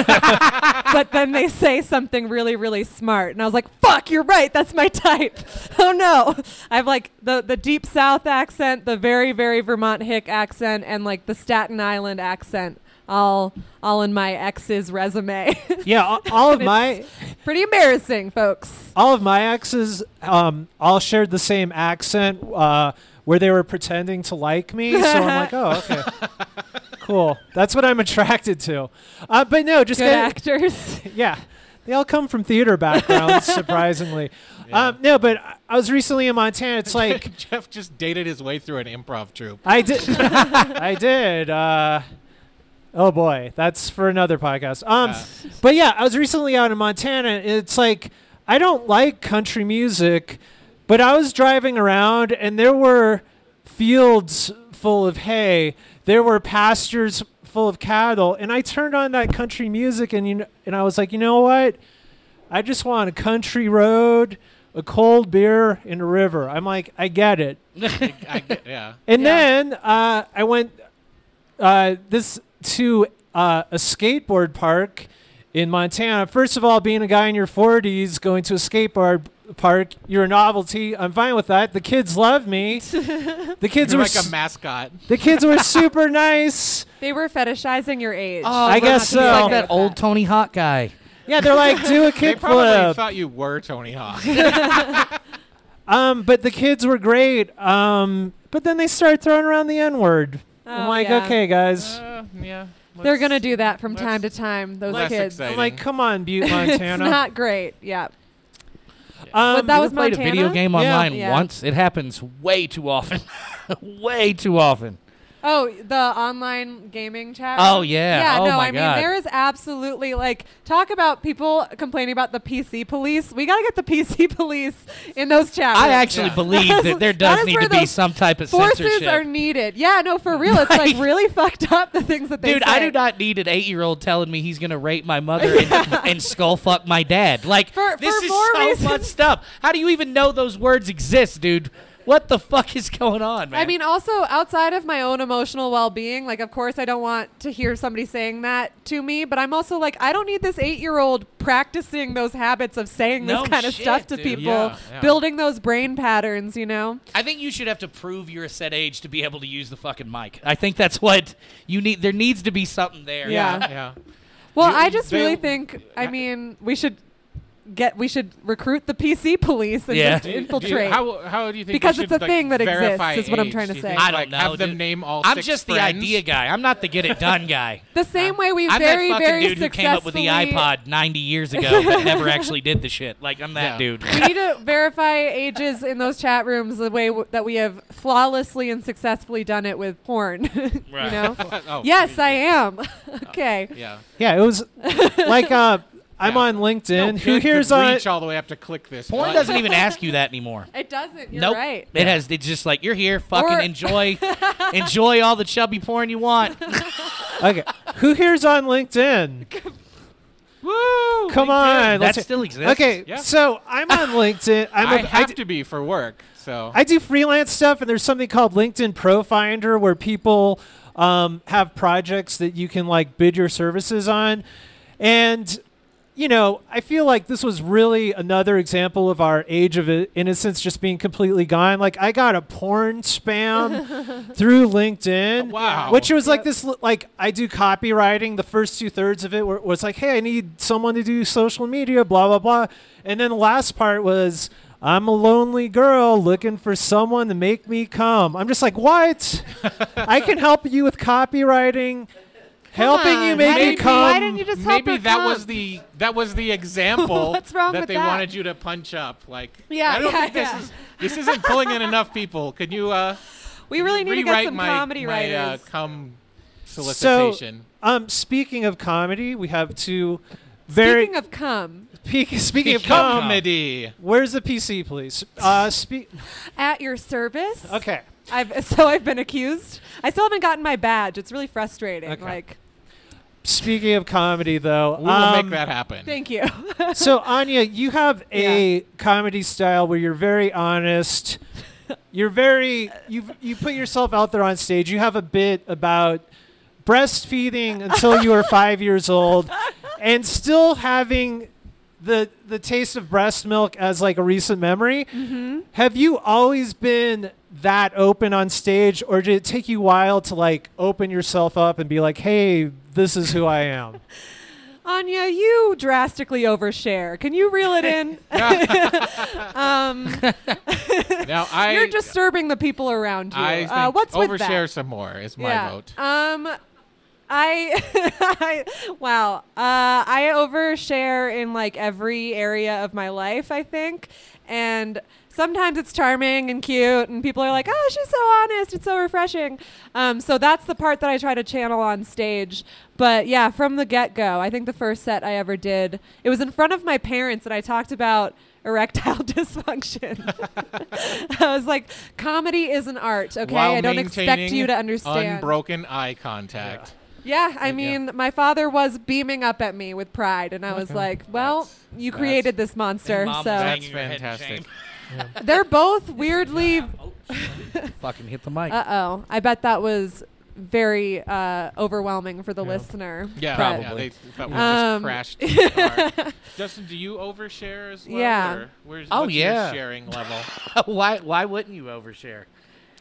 Speaker 3: but then they say something really, really smart. And I was like, Fuck, you're right. That's my type. *laughs* Oh, no. I have like the, the deep South accent, the very, very Vermont Hick accent, and like the Staten Island accent all all in my ex's resume. *laughs*
Speaker 2: Yeah, all, all of
Speaker 3: It's-
Speaker 2: my
Speaker 3: Pretty embarrassing, folks.
Speaker 2: all of my exes um, all shared the same accent uh, where they were pretending to like me. So I'm like, oh, okay, cool. That's what I'm attracted to. Uh, but no, just
Speaker 3: Good
Speaker 2: get,
Speaker 3: actors.
Speaker 2: yeah. They all come from theater backgrounds, surprisingly. Um, no, but I- I was recently in Montana. It's like
Speaker 1: Jeff just dated his way through an improv
Speaker 3: *laughs*
Speaker 1: troupe.
Speaker 2: I did. *laughs* I did. Uh, oh boy, that's for another podcast. Um,
Speaker 1: Uh.
Speaker 2: but yeah, I was recently out in Montana. and It's like I don't like country music, but I was driving around and there were fields full of hay. There were pastures full of cattle, and I turned on that country music, and you kn- and I was like, you know what? I just want a country road, a cold beer, and a river. I'm like, I get it.
Speaker 1: I get- yeah.
Speaker 2: And
Speaker 3: Yeah.
Speaker 2: then uh, I went uh, this to uh, a skateboard park in Montana. First of all, being a guy in your 40s going to a skateboard park, you're a novelty. I'm fine with that. The kids love
Speaker 3: *laughs*
Speaker 2: me. The kids
Speaker 1: You're
Speaker 2: were
Speaker 1: like a
Speaker 2: s-
Speaker 1: mascot.
Speaker 2: the kids
Speaker 1: *laughs*
Speaker 2: were super nice.
Speaker 3: *laughs* They were fetishizing your age.
Speaker 4: Oh,
Speaker 2: I guess
Speaker 4: uh, He's
Speaker 2: so.
Speaker 4: like that old Tony Hawk guy.
Speaker 2: Yeah, they're like do a
Speaker 1: They probably
Speaker 2: kickflip.
Speaker 1: thought you were Tony
Speaker 2: *laughs*
Speaker 1: Hawk.
Speaker 2: Um, but the kids were great. Um, but then they started throwing around the N word. I'm
Speaker 3: Oh,
Speaker 2: like,
Speaker 3: yeah.
Speaker 2: okay, guys.
Speaker 1: Uh, yeah.
Speaker 3: They're
Speaker 1: let's-
Speaker 3: gonna do that from time to
Speaker 1: let's-
Speaker 3: time. Those
Speaker 1: less
Speaker 3: kids.
Speaker 1: exciting.
Speaker 2: I'm like, come on, Butte,
Speaker 3: *laughs* it's
Speaker 2: Montana.
Speaker 3: not great. Yeah.
Speaker 2: um,
Speaker 3: But that
Speaker 4: Ever
Speaker 3: was
Speaker 4: played
Speaker 3: Montana?
Speaker 4: a video game
Speaker 2: Yeah.
Speaker 4: online
Speaker 3: Yeah.
Speaker 4: once. It happens way too often. *laughs* way too often.
Speaker 3: Oh, the online gaming chat.
Speaker 4: Oh,
Speaker 3: room?
Speaker 4: yeah.
Speaker 3: Yeah,
Speaker 4: Oh,
Speaker 3: no,
Speaker 4: my
Speaker 3: I
Speaker 4: God.
Speaker 3: mean there is absolutely like talk about people complaining about the PC police. We gotta get the PC *laughs* police in those chat
Speaker 4: I
Speaker 3: rooms.
Speaker 4: actually
Speaker 1: Yeah.
Speaker 4: believe
Speaker 3: *laughs*
Speaker 4: that there
Speaker 3: That
Speaker 4: does
Speaker 3: is
Speaker 4: need
Speaker 3: where
Speaker 4: to be
Speaker 3: those
Speaker 4: some type of
Speaker 3: Forces
Speaker 4: censorship.
Speaker 3: are needed. Yeah, no, for real. It's like
Speaker 4: *laughs* Right.
Speaker 3: really fucked up the things that they
Speaker 4: Dude, I
Speaker 3: say.
Speaker 4: do not need an eight-year-old telling me he's gonna rape my mother
Speaker 3: *laughs*
Speaker 4: and, *laughs* and skull fuck my dad. Like
Speaker 3: For-
Speaker 4: this
Speaker 3: for
Speaker 4: is
Speaker 3: more
Speaker 4: so
Speaker 3: reasons.
Speaker 4: much stuff. How do you even know those words exist, dude? What the fuck is going on, man?
Speaker 3: I mean, also outside of my own emotional well being, like, of course, I don't want to hear somebody saying that to me, but I'm also like, I don't need this eight year old practicing those habits of saying
Speaker 4: No
Speaker 3: this kind of
Speaker 4: shit,
Speaker 3: stuff to
Speaker 4: dude.
Speaker 3: people,
Speaker 1: Yeah, yeah.
Speaker 3: building those brain patterns, you know?
Speaker 4: I think you should have to prove you're a set age to be able to use the fucking mic. I think that's what you need. There needs to be something there.
Speaker 3: Yeah.
Speaker 1: *laughs* Yeah.
Speaker 3: Well,
Speaker 1: You-
Speaker 3: I just
Speaker 1: they-
Speaker 3: really think, I mean, we should get, we should recruit the PC *laughs* police and
Speaker 4: Yeah.
Speaker 3: just
Speaker 1: Do you- do you-
Speaker 3: infiltrate.
Speaker 1: how, how do you think? we
Speaker 3: Because it's
Speaker 1: should,
Speaker 3: a
Speaker 1: like,
Speaker 3: thing that exists,
Speaker 1: verify
Speaker 3: is what I'm
Speaker 1: age?
Speaker 3: trying to
Speaker 1: Do you
Speaker 3: say.
Speaker 1: think,
Speaker 4: I don't
Speaker 1: like,
Speaker 4: know.
Speaker 1: Have them
Speaker 4: dude.
Speaker 1: name all.
Speaker 4: I'm
Speaker 1: six
Speaker 4: just the
Speaker 1: friends? *laughs*
Speaker 4: idea guy. I'm not the get it done guy.
Speaker 3: the same way we
Speaker 4: I'm
Speaker 3: very,
Speaker 4: that fucking
Speaker 3: very
Speaker 4: dude who
Speaker 3: successfully
Speaker 4: came up with the iPod 90 years ago but never actually did the shit. Like I'm that
Speaker 1: Yeah.
Speaker 4: dude.
Speaker 3: *laughs* we need to verify ages in those chat rooms the way w- that we have flawlessly and successfully done it with porn. *laughs*
Speaker 4: Right.
Speaker 3: you know?
Speaker 1: oh,
Speaker 3: yes, I am. *laughs* okay.
Speaker 1: Yeah.
Speaker 2: Yeah, it was like uh, I'm
Speaker 1: Yeah.
Speaker 2: on LinkedIn.
Speaker 1: No
Speaker 2: Who uh,
Speaker 1: good
Speaker 2: here's
Speaker 1: could
Speaker 2: on?
Speaker 1: reach all the way up to click this.
Speaker 4: Porn
Speaker 1: button.
Speaker 4: doesn't even ask you that anymore.
Speaker 3: It doesn't. You're
Speaker 4: nope.
Speaker 3: right.
Speaker 4: It has. It's just like you're here. Fucking
Speaker 3: Or- *laughs*
Speaker 4: enjoy, enjoy all the chubby porn you want.
Speaker 2: Okay, who here's on LinkedIn?
Speaker 1: Woo!
Speaker 2: Come on,
Speaker 4: That
Speaker 2: let's
Speaker 4: still exists.
Speaker 2: Okay,
Speaker 1: Yeah.
Speaker 2: so
Speaker 1: *laughs*
Speaker 2: I'm on LinkedIn. I'm
Speaker 1: I
Speaker 2: a, I,
Speaker 1: have
Speaker 2: d-
Speaker 1: to be for work, so
Speaker 2: I do freelance stuff, and there's something called LinkedIn Pro Finder where people um, have projects that you can like bid your services on, and you know, I feel like this was really another example of our age of i- innocence just being completely gone. Like I got a porn spam through LinkedIn.
Speaker 1: Wow.
Speaker 2: Which was like
Speaker 3: Yep.
Speaker 2: this, li- like I do copywriting. The first two thirds of it were, was like, hey, I need someone to do social media, blah blah blah, and then the last part was. I'm a lonely girl looking for someone to make me come. I'm just like, what? I can help you with copywriting, helping you
Speaker 3: on,
Speaker 2: make
Speaker 3: why
Speaker 2: me
Speaker 3: didn't you-
Speaker 2: come.
Speaker 3: why didn't you just help
Speaker 1: maybe
Speaker 3: her
Speaker 1: that
Speaker 3: come?
Speaker 1: was the that was the example
Speaker 3: *laughs* What's wrong
Speaker 1: that
Speaker 3: with
Speaker 1: they
Speaker 3: that?
Speaker 1: wanted you to punch up. Like,
Speaker 3: Yeah,
Speaker 1: I don't
Speaker 3: yeah,
Speaker 1: think this
Speaker 3: yeah.
Speaker 1: is this isn't pulling in enough people. Can you uh,
Speaker 3: We really need to
Speaker 1: rewrite
Speaker 3: get some
Speaker 1: my,
Speaker 3: comedy
Speaker 1: my,
Speaker 3: writers.
Speaker 1: Uh, come solicitation.
Speaker 2: So, um, speaking of comedy, we have two very
Speaker 3: Speaking of cum,
Speaker 2: *laughs* pe- speaking of comedy.
Speaker 1: comedy.
Speaker 2: Where's the PC, please? Uh, speak.
Speaker 3: at your service.
Speaker 2: Okay.
Speaker 3: I've *laughs* so I've been accused. I still haven't gotten my badge. It's really frustrating.
Speaker 2: Okay.
Speaker 3: Like,
Speaker 2: Speaking of comedy, though,
Speaker 1: We will make
Speaker 2: um, *laughs*
Speaker 1: that happen.
Speaker 3: thank you. *laughs*
Speaker 2: so Anya, you
Speaker 1: *laughs*
Speaker 2: have a comedy style where you're
Speaker 1: *laughs*
Speaker 2: very honest. You're very you you put yourself out there on stage. You have a bit about breastfeeding until you were
Speaker 1: *laughs*
Speaker 2: 5 years old and still having the the taste of breast milk as like a recent memory.
Speaker 1: Mm-hmm.
Speaker 2: Have you always been that open on stage or did it take you a while to like open yourself up and be like, "Hey, this is who I am?"
Speaker 3: Anya, you drastically overshare. Can you reel
Speaker 1: *laughs*
Speaker 3: it in? *laughs* um,
Speaker 1: Now I
Speaker 3: *laughs* you're disturbing the people around you.
Speaker 1: I think
Speaker 3: uh, what's with that?
Speaker 1: overshare some more is my vote.
Speaker 3: Um, I, *laughs* I wow. Uh, I overshare in like every area of my life, I think, and sometimes it's charming and cute, and people are like, "Oh, she's so honest. It's so refreshing." Um, so that's the part that I try to channel on stage. But yeah, from the get go, I think the first set I ever did, it was in front of my parents, and I talked about erectile *laughs* dysfunction. I was like, comedy is an art, okay?
Speaker 1: While
Speaker 3: I don't expect
Speaker 1: maintaining
Speaker 3: you to *laughs* understand.
Speaker 1: Unbroken eye contact.
Speaker 3: Yeah, I
Speaker 1: Yeah.
Speaker 3: mean, my father was beaming up at me with pride, and I was like, "Well,
Speaker 1: That's-
Speaker 3: you
Speaker 1: that's-
Speaker 3: created this monster."
Speaker 4: And mom was
Speaker 3: So
Speaker 4: like-
Speaker 1: That's
Speaker 4: Banging your head in
Speaker 1: fantastic.
Speaker 4: shame. Oh,
Speaker 3: they're both weirdly.
Speaker 4: *laughs* Fucking hit the mic.
Speaker 3: *laughs* Uh oh, I bet that was very uh, overwhelming for the
Speaker 2: Yeah.
Speaker 3: listener.
Speaker 1: Yeah,
Speaker 3: but-
Speaker 1: yeah,
Speaker 4: Probably.
Speaker 1: they thought we
Speaker 3: Um,
Speaker 1: just
Speaker 3: *laughs*
Speaker 1: crashed. too hard. Justin, do you overshare as well?
Speaker 3: Yeah.
Speaker 1: or where's,
Speaker 4: Oh,
Speaker 1: what's your
Speaker 4: yeah.
Speaker 1: sharing level.
Speaker 4: why why wouldn't you overshare?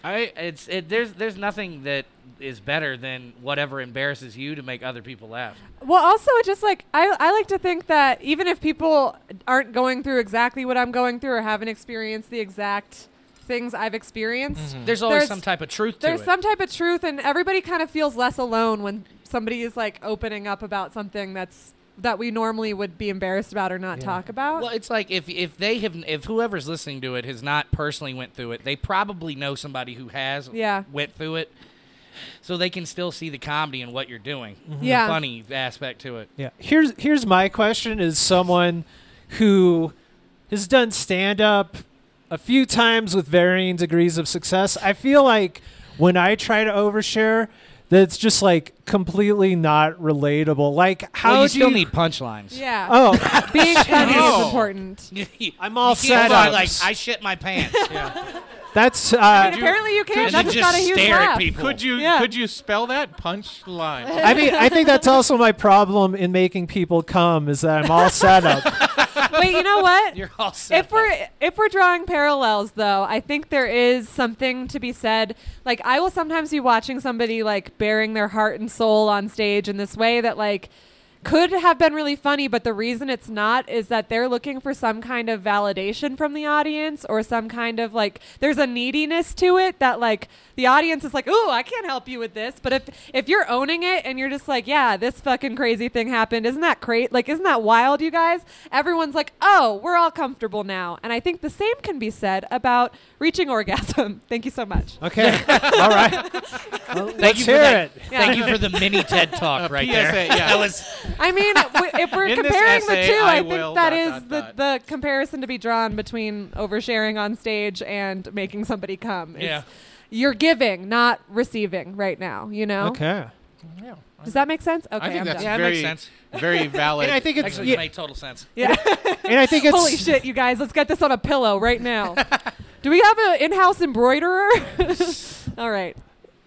Speaker 1: I
Speaker 4: It's it, there's there's nothing that is better than whatever embarrasses you to make other people laugh.
Speaker 3: Well, also, it just like I, I like to think that even if people aren't going through exactly what I'm going through or haven't experienced the exact things I've experienced,
Speaker 4: There's always
Speaker 3: There's-
Speaker 4: some type of truth to
Speaker 3: there's
Speaker 4: it.
Speaker 3: some type of truth, and everybody kind of feels less alone when somebody is like opening up about something that's that we normally would be embarrassed about or not talk about.
Speaker 4: well, it's like if if they have if whoever's listening to it has not personally went through it, they probably know somebody who has
Speaker 3: Yeah.
Speaker 4: went through it. So they can still see the comedy in what you're doing.
Speaker 3: Yeah.
Speaker 4: The funny aspect to it.
Speaker 2: Yeah. Here's here's my question is someone who has done stand up a few times with varying degrees of success. I feel like when I try to overshare that it's just like completely not relatable. Like how
Speaker 4: well,
Speaker 2: do
Speaker 4: you still
Speaker 2: you
Speaker 4: need punchlines.
Speaker 3: yeah,
Speaker 2: *laughs* Oh,
Speaker 3: being funny
Speaker 1: Oh.
Speaker 3: is important.
Speaker 2: I'm all
Speaker 4: *laughs* You
Speaker 2: set
Speaker 4: can't go
Speaker 2: up.
Speaker 4: Like I shit my pants.
Speaker 2: that's
Speaker 4: *laughs*
Speaker 2: uh
Speaker 3: And apparently, you can't.
Speaker 4: and
Speaker 3: That's
Speaker 4: then
Speaker 3: just not a
Speaker 4: just
Speaker 3: huge
Speaker 4: stare
Speaker 3: laugh.
Speaker 4: at people.
Speaker 1: *laughs* could you
Speaker 3: Yeah.
Speaker 1: could you spell that punch
Speaker 3: *laughs*
Speaker 1: line?
Speaker 2: I mean, I think that's also my problem in making people come is that I'm all set
Speaker 4: *laughs*
Speaker 2: up.
Speaker 3: Wait, you know what?
Speaker 4: You're all set.
Speaker 3: if we're if we're drawing parallels though i think there is something to be said like i will sometimes be watching somebody like bearing their heart and soul on stage in this way that like could have been really funny but the reason it's not is that they're looking for some kind of validation from the audience or some kind of like there's a neediness to it that like the audience is like ooh i can't help you with this but if if you're owning it and you're just like yeah this fucking crazy thing happened isn't that great like isn't that wild you guys everyone's like oh we're all comfortable now and i think the same can be said about reaching orgasm *laughs* thank you so much
Speaker 2: Okay. all right. Well, let's
Speaker 4: you for
Speaker 2: hear
Speaker 4: that.
Speaker 2: it.
Speaker 3: *laughs* Yeah.
Speaker 4: Thank you for the mini TED talk
Speaker 1: A
Speaker 4: right
Speaker 1: PSA,
Speaker 4: there.
Speaker 1: yeah.
Speaker 4: That was
Speaker 1: *laughs*
Speaker 3: I mean, w- if we're
Speaker 1: In this
Speaker 3: comparing the
Speaker 1: essay,
Speaker 3: two,
Speaker 1: I
Speaker 3: I, think
Speaker 1: will
Speaker 3: that
Speaker 1: dot,
Speaker 3: is
Speaker 1: dot,
Speaker 3: the,
Speaker 1: dot.
Speaker 3: the comparison to be drawn between oversharing on stage and making somebody come. It's-
Speaker 4: Yeah.
Speaker 3: You're giving, not receiving right now, you know?
Speaker 2: Okay.
Speaker 1: Yeah, I-
Speaker 3: Does that make sense? Okay,
Speaker 1: I think
Speaker 3: am
Speaker 1: that's
Speaker 3: done.
Speaker 4: Yeah, it
Speaker 1: very
Speaker 4: makes sense.
Speaker 1: *laughs* very valid.
Speaker 2: And I think it's
Speaker 4: actually
Speaker 2: yeah,
Speaker 4: made total sense.
Speaker 3: Yeah.
Speaker 2: and I think it's
Speaker 3: Holy shit, you guys. Let's get this on a pillow
Speaker 1: *laughs*
Speaker 3: right now. Do we have an in house embroiderer? *laughs* All right.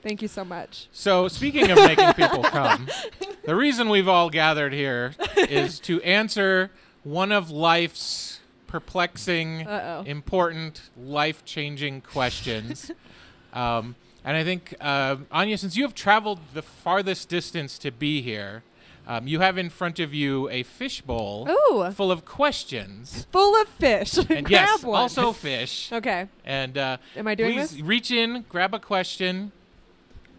Speaker 3: Thank you so much.
Speaker 1: So, speaking of making people come,
Speaker 3: *laughs*
Speaker 1: the reason we've all gathered here is to answer one of life's perplexing,
Speaker 3: Uh-oh.
Speaker 1: important, life changing
Speaker 3: *laughs*
Speaker 1: questions. um, and I think, uh, Anya, since you have traveled the farthest distance to be here, um, you have in front of you a fishbowl
Speaker 3: Ooh.
Speaker 1: full of questions.
Speaker 3: *laughs* Full of fish.
Speaker 1: And
Speaker 3: Grab
Speaker 1: yes,
Speaker 3: one. *laughs*
Speaker 1: also fish.
Speaker 3: Okay.
Speaker 1: And uh,
Speaker 3: Am I doing
Speaker 1: please
Speaker 3: this?
Speaker 1: reach in, grab a question.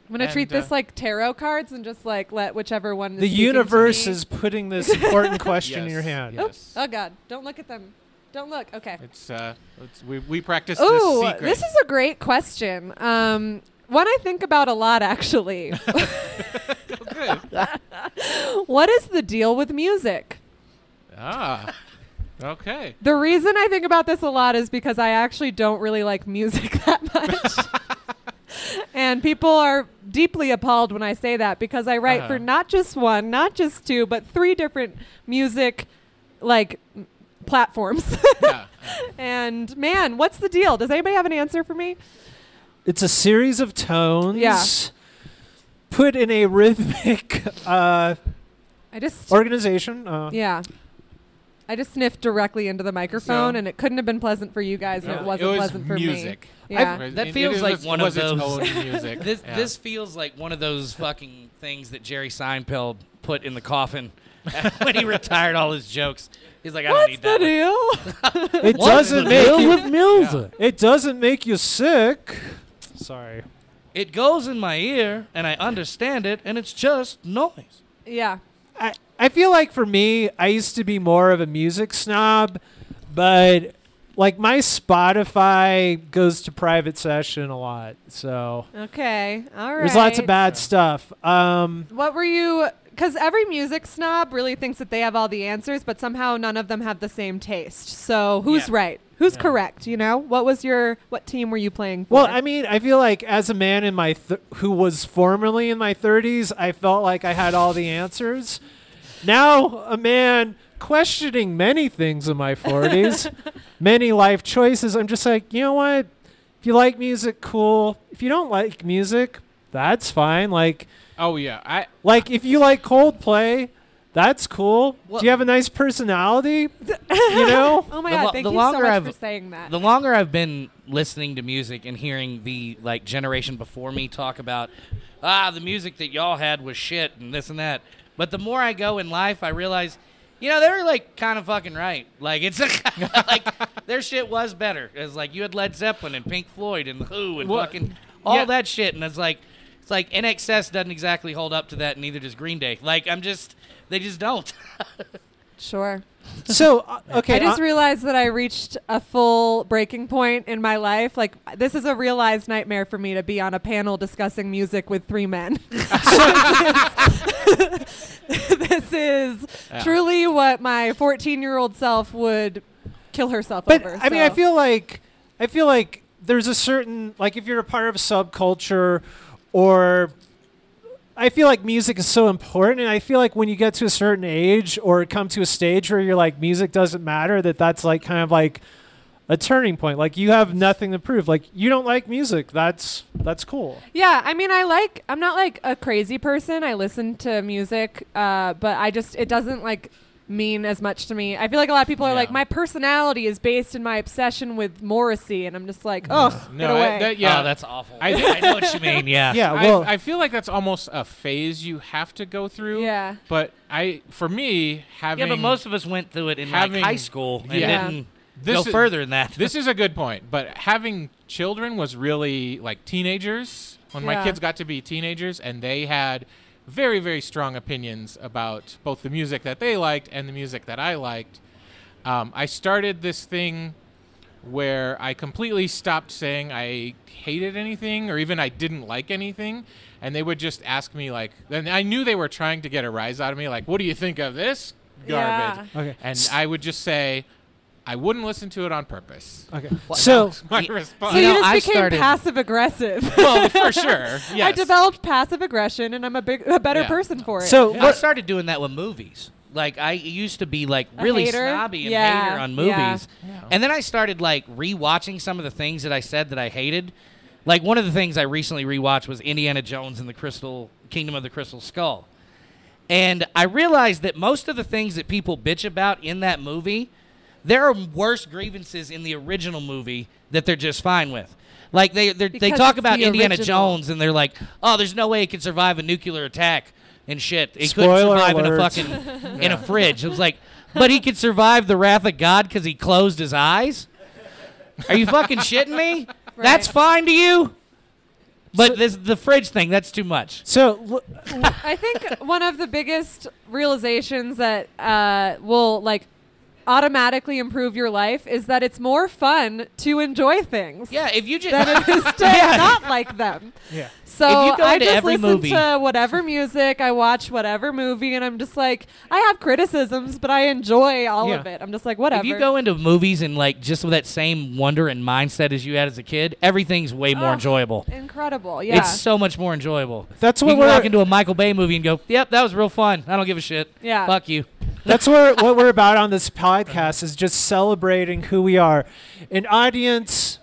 Speaker 3: I'm going to
Speaker 1: And,
Speaker 3: treat
Speaker 1: uh,
Speaker 3: this like tarot cards and just like let whichever one is
Speaker 2: the
Speaker 3: speaking to
Speaker 2: universe
Speaker 3: me-
Speaker 2: is putting this
Speaker 3: *laughs*
Speaker 2: important question in
Speaker 1: Yes,
Speaker 2: your hand.
Speaker 1: yes.
Speaker 3: Oops. Oh God! Don't look at them. Don't look. Okay.
Speaker 1: It's uh, it's, we we practice
Speaker 3: Oh,
Speaker 1: the secret.
Speaker 3: this is a great question. Um, one I think about a
Speaker 1: *laughs*
Speaker 3: lot actually. *laughs* what is the deal with music?
Speaker 1: ah,
Speaker 3: *laughs*
Speaker 1: okay.
Speaker 3: The *laughs*
Speaker 1: *laughs*
Speaker 3: reason I think about this a lot is because I actually don't really like music that much. and people are deeply appalled when I say that because I write for
Speaker 1: Uh-huh.
Speaker 3: not just one, not just two, but three different music like m- platforms. *laughs*
Speaker 1: yeah.
Speaker 3: and man, what's the deal? Does anybody have an answer for me?
Speaker 2: It's a series of tones
Speaker 3: Yeah.
Speaker 2: put in a rhythmic uh,
Speaker 3: I just
Speaker 2: organization. Uh,
Speaker 3: yeah. I just sniffed directly into the microphone,
Speaker 1: So-
Speaker 3: and it couldn't have been pleasant for you guys, and it wasn't
Speaker 1: it was
Speaker 3: pleasant for
Speaker 1: music.
Speaker 3: me.
Speaker 2: I've-
Speaker 3: Yeah.
Speaker 4: That
Speaker 1: It- it
Speaker 4: feels
Speaker 1: is-
Speaker 4: like one of
Speaker 1: was its
Speaker 4: those- *laughs*
Speaker 1: own music.
Speaker 4: This
Speaker 1: Yeah.
Speaker 4: this feels like one of those fucking things that Jerry Seinfeld put in the coffin *laughs* when he retired all his jokes. He's like, I don't
Speaker 3: What's
Speaker 4: need
Speaker 3: the
Speaker 4: that. one.
Speaker 3: deal?
Speaker 2: It
Speaker 4: What
Speaker 2: doesn't
Speaker 4: the
Speaker 2: make
Speaker 5: Deal
Speaker 2: you,
Speaker 5: with music.
Speaker 2: it doesn't make you sick. Sorry.
Speaker 4: It goes in my ear and I understand it, and it's just noise.
Speaker 3: yeah.
Speaker 2: I, I feel like for me, I used to be more of a music snob, but like my Spotify goes to private session a lot. So
Speaker 3: Okay. All right.
Speaker 2: there's lots of bad stuff. Um,
Speaker 3: What were you? Because every music snob really thinks that they have all the answers, but somehow none of them have the same taste. So who's
Speaker 4: Yeah.
Speaker 3: right? Who's
Speaker 2: Yeah.
Speaker 3: correct? You know, what was your what team were you playing for?
Speaker 2: well, I mean, I feel like as a man in my th- who was formerly in my 30s, I felt like I had all the answers. Now, a man questioning many things in my
Speaker 3: *laughs*
Speaker 2: 40s, many life choices, I'm just like, you know what? If you like music, cool. If you don't like music, that's fine. Like,
Speaker 1: Oh yeah, I
Speaker 2: like if you like Coldplay, that's cool.
Speaker 4: Well-
Speaker 2: Do you have a nice
Speaker 3: *laughs*
Speaker 2: personality? you know?
Speaker 3: oh my
Speaker 4: the
Speaker 3: god,
Speaker 4: lo-
Speaker 3: thank
Speaker 4: the
Speaker 3: you so
Speaker 4: longer
Speaker 3: much
Speaker 4: I've-
Speaker 3: for saying that.
Speaker 4: The longer I've been listening to music and hearing the like generation before me talk about ah the music that y'all had was shit and this and that, but the more I go in life, I realize, you know, they were like kind of fucking right. Like it's *laughs* like their shit was better. It's like you had Led Zeppelin and Pink Floyd and The Who and
Speaker 1: Well,
Speaker 4: fucking all
Speaker 1: yeah.
Speaker 4: that shit, and it's like it's like NXS doesn't exactly hold up to that, and neither does Green Day. Like I'm just they just don't.
Speaker 3: sure.
Speaker 2: So, uh, okay.
Speaker 3: I just
Speaker 2: uh,
Speaker 3: realized that I reached a full breaking point in my life. Like this is a realized nightmare for me to be on a panel discussing music with three
Speaker 2: *laughs*
Speaker 3: men. *laughs* this is *laughs*
Speaker 1: Yeah.
Speaker 3: truly what my 14-year-old self would kill herself
Speaker 2: but
Speaker 3: over.
Speaker 2: I mean, I
Speaker 3: so.
Speaker 2: feel like I feel like there's a certain like if you're a part of subculture or I feel like music is so important and I feel like when you get to a certain age or come to a stage where you're like music doesn't matter that that's like kind of like a turning point like you have nothing to prove like you don't like music that's that's cool.
Speaker 3: Yeah, I mean, I like. I'm not like a crazy person. I listen to music, uh, but I just it doesn't like mean as much to me. I feel like a lot of people are
Speaker 1: Yeah.
Speaker 3: like, my personality is based in my obsession with Morrissey, and I'm just like, ugh, get
Speaker 1: no, I-
Speaker 3: away.
Speaker 1: that- yeah,
Speaker 4: *laughs* Oh, that's awful.
Speaker 1: I-
Speaker 4: I, know what you mean. Yeah.
Speaker 2: Yeah,
Speaker 1: I-
Speaker 2: well
Speaker 1: I, feel like that's almost a phase you have to go through.
Speaker 3: Yeah.
Speaker 1: But I, for me, having
Speaker 4: Yeah, but most of us went through it in like,
Speaker 1: having-
Speaker 4: high school and
Speaker 1: yeah.
Speaker 4: didn't
Speaker 1: This
Speaker 4: go
Speaker 1: is-
Speaker 4: further than that.
Speaker 1: this is a good point. But having children was really like teenagers. When my
Speaker 3: Yeah.
Speaker 1: kids got to be teenagers, and they had very, very strong opinions about both the music that they liked and the music that I liked. Um, I started this thing where I completely stopped saying I hated anything or even I didn't like anything. And they would just ask me, like, and I knew they were trying to get a rise out of me, like, what do you think of this garbage?
Speaker 2: Yeah. Okay.
Speaker 1: And I would just say, I wouldn't listen to it on purpose. *laughs*
Speaker 2: okay. So
Speaker 1: My
Speaker 4: Yeah.
Speaker 1: response.
Speaker 3: so you,
Speaker 4: You know,
Speaker 3: just
Speaker 4: I
Speaker 3: became
Speaker 4: started-
Speaker 3: passive
Speaker 1: *laughs*
Speaker 3: aggressive.
Speaker 1: well, for sure. Yes.
Speaker 3: *laughs* I developed passive aggression, and I'm a big, a better
Speaker 1: Yeah.
Speaker 3: person for it.
Speaker 2: so
Speaker 4: I
Speaker 2: what-
Speaker 4: started doing that with movies. Like I used to be like really
Speaker 3: hater?
Speaker 4: snobby and
Speaker 3: Yeah,
Speaker 4: hater on movies,
Speaker 3: yeah.
Speaker 4: and then I started like rewatching some of the things that I said that I hated. Like one of the things I recently rewatched was Indiana Jones and the Crystal Kingdom of the Crystal Skull, and I realized that most of the things that people bitch about in that movie, there are worse grievances in the original movie that they're just fine with. Like they they're- they
Speaker 3: Because
Speaker 4: talk
Speaker 3: it's
Speaker 4: about
Speaker 3: the
Speaker 4: Indiana
Speaker 3: original.
Speaker 4: Jones and they're like, oh, there's no way it could survive a nuclear attack and shit. It
Speaker 2: Spoiler
Speaker 4: couldn't survive in a
Speaker 2: alert.
Speaker 4: fucking
Speaker 2: *laughs*
Speaker 4: in a fridge. It was like, but he could survive the wrath of God because he closed his eyes. Are you
Speaker 2: *laughs*
Speaker 4: fucking shitting me? That's
Speaker 3: Right.
Speaker 4: fine to you, but this the fridge thing. That's too much.
Speaker 2: so l-
Speaker 3: I think one of the biggest realizations that uh, will like automatically improve your life is that it's more fun to enjoy things
Speaker 4: Yeah, *laughs* if you just
Speaker 3: than it is to not like them.
Speaker 2: Yeah.
Speaker 3: So
Speaker 4: If you go
Speaker 3: I
Speaker 4: into
Speaker 3: just
Speaker 4: every
Speaker 3: listen
Speaker 4: movie-
Speaker 3: to whatever music, I watch whatever movie, and I'm just like, I have criticisms, but I enjoy all
Speaker 2: Yeah.
Speaker 3: of it. I'm just like, whatever.
Speaker 4: if you go into movies and like just with that same wonder and mindset as you had as a kid, everything's way more
Speaker 3: Oh,
Speaker 4: enjoyable.
Speaker 3: incredible, yeah,
Speaker 4: It's so much more enjoyable.
Speaker 2: That's
Speaker 4: you
Speaker 2: what
Speaker 4: can walk
Speaker 2: we're-
Speaker 4: into a Michael Bay movie and go, "Yep, that was real fun. I don't give a shit.
Speaker 3: Yeah. *laughs*
Speaker 4: fuck you."
Speaker 2: That's where what we're about on this podcast is just celebrating who we are. An audience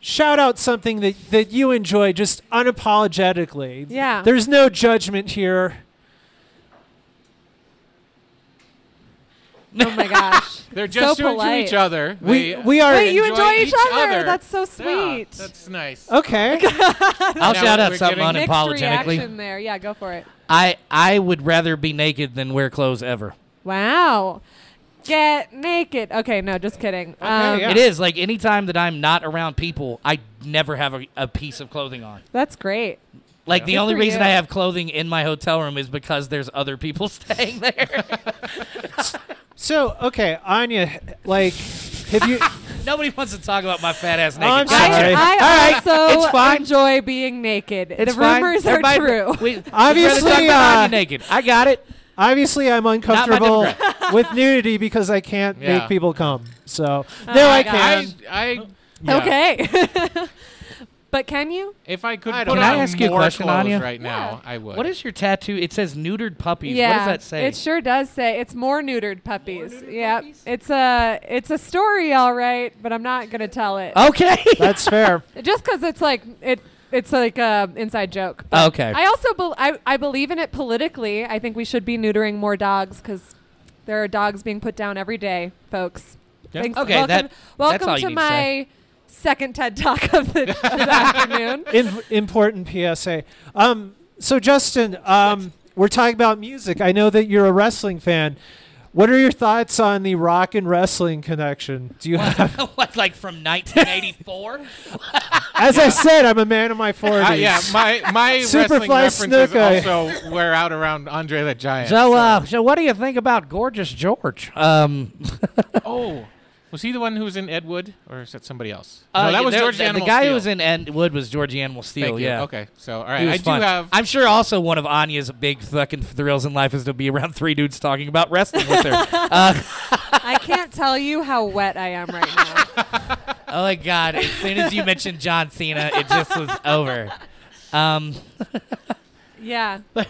Speaker 2: shout out something that, that you enjoy just unapologetically.
Speaker 3: Yeah.
Speaker 2: There's no judgment here.
Speaker 3: *laughs* oh my
Speaker 4: *laughs*
Speaker 3: gosh,
Speaker 1: They're just
Speaker 3: so
Speaker 1: doing
Speaker 3: polite.
Speaker 1: to each other.
Speaker 2: We
Speaker 1: They
Speaker 2: we are
Speaker 3: Wait, you
Speaker 1: enjoy
Speaker 3: enjoy each,
Speaker 1: each
Speaker 3: other.
Speaker 1: other.
Speaker 3: That's so
Speaker 1: Yeah,
Speaker 3: sweet.
Speaker 1: that's nice.
Speaker 4: Oh, *laughs*
Speaker 2: Okay.
Speaker 4: I'll
Speaker 1: Now
Speaker 4: shout out
Speaker 1: we're
Speaker 4: something
Speaker 1: getting-
Speaker 3: Mixed
Speaker 4: unapologetically.
Speaker 3: reaction there. Yeah, go for it.
Speaker 4: I I would rather be naked than wear clothes ever.
Speaker 3: Wow. Get naked. Okay, no, just kidding. um,
Speaker 2: yeah.
Speaker 4: It is like any time that I'm not around people, I never have a, a piece of clothing on.
Speaker 3: That's great.
Speaker 4: Like the
Speaker 3: Good
Speaker 4: only
Speaker 3: for
Speaker 4: reason
Speaker 3: you.
Speaker 4: I have clothing in my hotel room is because there's other people *laughs* staying there.
Speaker 2: So, okay, Anya, like have
Speaker 4: *laughs*
Speaker 2: you
Speaker 4: Nobody wants to talk about my fat ass naked.
Speaker 2: I'm
Speaker 4: Gotcha.
Speaker 2: sorry.
Speaker 3: I, I also
Speaker 4: it's fine.
Speaker 3: enjoy being naked.
Speaker 4: It's
Speaker 3: the
Speaker 4: fine.
Speaker 3: rumors
Speaker 4: Everybody-
Speaker 3: are
Speaker 4: *laughs*
Speaker 3: true.
Speaker 4: We, we'd rather
Speaker 2: Obviously,
Speaker 4: talk about
Speaker 2: uh,
Speaker 4: Anya naked. I got it.
Speaker 2: Obviously, I'm uncomfortable with nudity because I can't
Speaker 1: Yeah.
Speaker 2: make people come. So
Speaker 3: Oh
Speaker 2: no,
Speaker 3: my
Speaker 2: I
Speaker 3: God.
Speaker 2: can.
Speaker 1: I, I yeah.
Speaker 3: Okay. *laughs* but can you?
Speaker 1: If I could
Speaker 2: I don't
Speaker 1: put
Speaker 2: know.
Speaker 1: on
Speaker 2: Can I
Speaker 4: ask you a
Speaker 1: more
Speaker 4: question,
Speaker 1: clothes
Speaker 4: Anya?
Speaker 1: right now, I would.
Speaker 4: What is your tattoo? It says neutered puppies.
Speaker 3: Yeah.
Speaker 4: What does that say?
Speaker 3: It sure does say it's more neutered puppies. yeah. It's a it's a story all right, but I'm not going to tell it.
Speaker 4: okay. *laughs*
Speaker 2: That's fair.
Speaker 3: Just cuz it's like it it's like a inside joke. But
Speaker 4: Oh, Okay.
Speaker 3: I also bel I, I believe in it politically. I think we should be neutering more dogs cuz there are dogs being put down every day, folks.
Speaker 2: Yeah.
Speaker 3: Thanks.
Speaker 4: Okay,
Speaker 3: welcome,
Speaker 4: that- that's
Speaker 3: welcome
Speaker 4: all you
Speaker 3: to
Speaker 4: need to
Speaker 3: my
Speaker 4: say.
Speaker 3: second TED Talk of the this
Speaker 4: *laughs*
Speaker 3: afternoon.
Speaker 2: In- important PSA. Um, so Justin, um, we're talking about music. I know that you're a wrestling fan. What are your thoughts on the rock and wrestling connection?
Speaker 4: *laughs*
Speaker 2: Do you have?
Speaker 4: what, like from 1984?
Speaker 2: As I said, I'm a man of my 40s.
Speaker 1: Uh, yeah, my
Speaker 4: *laughs*
Speaker 1: my
Speaker 2: Superfly
Speaker 1: wrestling references
Speaker 2: Snuka.
Speaker 1: also were out around Andre the Giant.
Speaker 4: *laughs* so, uh, so what do you think about Gorgeous George? Um,
Speaker 1: oh, was he the one who was in Ed Wood, or is that somebody else? *laughs*
Speaker 4: uh,
Speaker 1: no, that was
Speaker 4: there-
Speaker 1: George
Speaker 4: the,
Speaker 1: Animal
Speaker 4: the guy
Speaker 1: Steel.
Speaker 4: who was in Ed Wood was George Animal Steel.
Speaker 1: Thank you.
Speaker 4: yeah.
Speaker 1: Okay. So, all
Speaker 4: He
Speaker 1: right,
Speaker 4: was
Speaker 1: I do
Speaker 4: fun.
Speaker 1: have.
Speaker 4: I'm sure also one of Anya's big fucking thrills in life is to be around three dudes talking about wrestling with her.
Speaker 1: *laughs*
Speaker 4: Uh,
Speaker 3: I can't tell you how wet I am right now.
Speaker 4: oh my god! As soon as you mentioned John Cena, it just was over. Um,
Speaker 3: Yeah.
Speaker 4: no,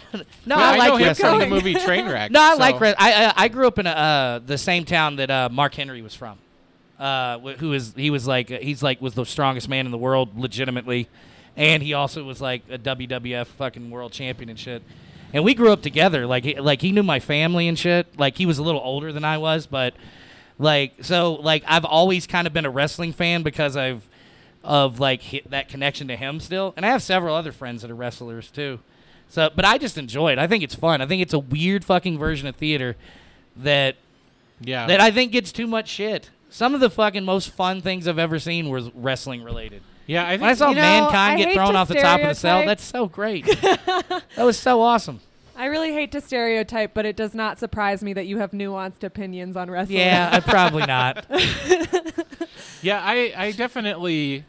Speaker 1: Well,
Speaker 4: I,
Speaker 1: I,
Speaker 4: like
Speaker 1: know him
Speaker 4: wrestling.
Speaker 1: from the
Speaker 3: going.
Speaker 1: movie Trainwreck.
Speaker 4: *laughs* No, I
Speaker 1: so-
Speaker 4: like Red. I, I I grew up in a, uh, the same town that uh, Mark Henry was from. Uh, wh- who is he was like uh, he's like was the strongest man in the world legitimately, and he also was like a WWF fucking world champion and shit. And we grew up together. Like he, like he knew my family and shit. Like he was a little older than I was, but like so like I've always kind of been a wrestling fan because I've of like hit that connection to him still. And I have several other friends that are wrestlers too. So, but I just enjoy it. I think it's fun. I think it's a weird fucking version of theater that
Speaker 1: Yeah.
Speaker 4: that I think gets too much shit. Some of the fucking most fun things I've ever seen was wrestling related.
Speaker 1: yeah, I think
Speaker 4: When I saw
Speaker 3: You know,
Speaker 4: mankind
Speaker 3: I
Speaker 4: get
Speaker 3: hate
Speaker 4: thrown
Speaker 3: to
Speaker 4: off the top of the cell,
Speaker 3: stereotype.
Speaker 4: that's so great. that was so awesome.
Speaker 3: I really hate to stereotype, but it does not surprise me that you have nuanced opinions on wrestling.
Speaker 4: Yeah, I probably not.
Speaker 1: Yeah, I, I definitely,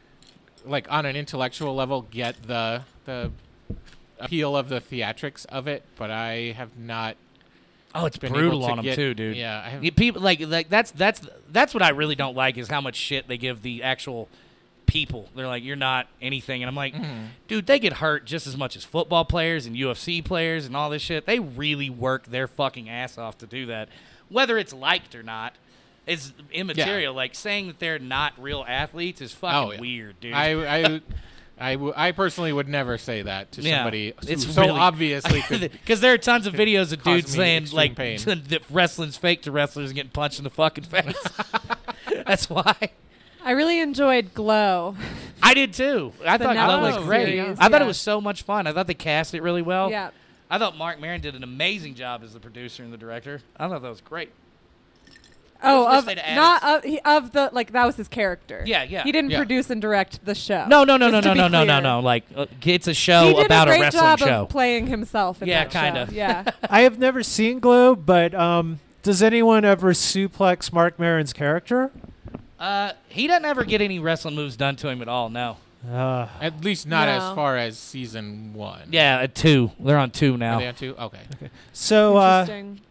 Speaker 1: like on an intellectual level, get the the appeal of the theatrics of it, but I have not
Speaker 4: *laughs* Oh, it's
Speaker 1: been
Speaker 4: brutal
Speaker 1: able to
Speaker 4: on them
Speaker 1: get-
Speaker 4: too, dude.
Speaker 1: Yeah, I have,
Speaker 4: Yeah, people like like that's that's that's what I really don't like is how much shit they give the actual people. They're like, you're not anything, and I'm like,
Speaker 1: Mm-hmm.
Speaker 4: dude, they get hurt just as much as football players and UFC players and all this shit. They really work their fucking ass off to do that, whether it's liked or not. Is immaterial. Like saying that they're not real athletes is fucking
Speaker 1: Oh, yeah.
Speaker 4: weird, dude.
Speaker 1: I
Speaker 4: *laughs*
Speaker 1: I. I, w- I personally would never say that to
Speaker 4: Yeah.
Speaker 1: somebody who
Speaker 4: It's
Speaker 1: so
Speaker 4: really- *laughs*
Speaker 1: obviously could
Speaker 4: because there are tons of videos of
Speaker 1: cause
Speaker 4: dudes
Speaker 1: me
Speaker 4: saying
Speaker 1: extreme
Speaker 4: like
Speaker 1: pain.
Speaker 4: *laughs* that wrestling's fake to wrestlers getting punched in the fucking *laughs* face. That's why.
Speaker 3: I really enjoyed Glow.
Speaker 4: I did too. I
Speaker 3: The
Speaker 4: thought Glow
Speaker 1: Netflix
Speaker 4: was great.
Speaker 3: series,
Speaker 4: I thought it
Speaker 3: yeah.
Speaker 4: was so much fun. I thought they cast it really well.
Speaker 3: Yeah.
Speaker 4: I thought Mark Maron did an amazing job as the producer and the director. I thought that was great.
Speaker 3: Oh,
Speaker 4: wish
Speaker 3: of
Speaker 4: they'd added-
Speaker 3: not of, he, of the like that was his character.
Speaker 4: Yeah, yeah.
Speaker 3: He didn't
Speaker 1: Yeah.
Speaker 3: produce and direct the show.
Speaker 4: No, no, no, no,
Speaker 3: Uh, just
Speaker 4: no,
Speaker 3: to be
Speaker 4: no, no, no,
Speaker 3: clear.
Speaker 4: no. Like uh, it's a
Speaker 3: He
Speaker 4: show
Speaker 3: did
Speaker 4: about
Speaker 3: a
Speaker 4: a,
Speaker 3: great
Speaker 4: wrestling
Speaker 3: job
Speaker 4: show.
Speaker 3: of playing himself. In
Speaker 4: Yeah,
Speaker 3: that
Speaker 4: kinda.
Speaker 3: show. Yeah.
Speaker 2: I have never seen Glow, but um, Does anyone ever suplex Mark Maron's character?
Speaker 4: Uh, he doesn't ever get any wrestling moves done to him at all. No.
Speaker 2: Uh,
Speaker 1: At least not as
Speaker 3: No.
Speaker 1: far as season one.
Speaker 4: Yeah, at two. They're on two
Speaker 1: Are
Speaker 4: now.
Speaker 1: they on two? Okay.
Speaker 2: *laughs* so uh,
Speaker 3: Interesting.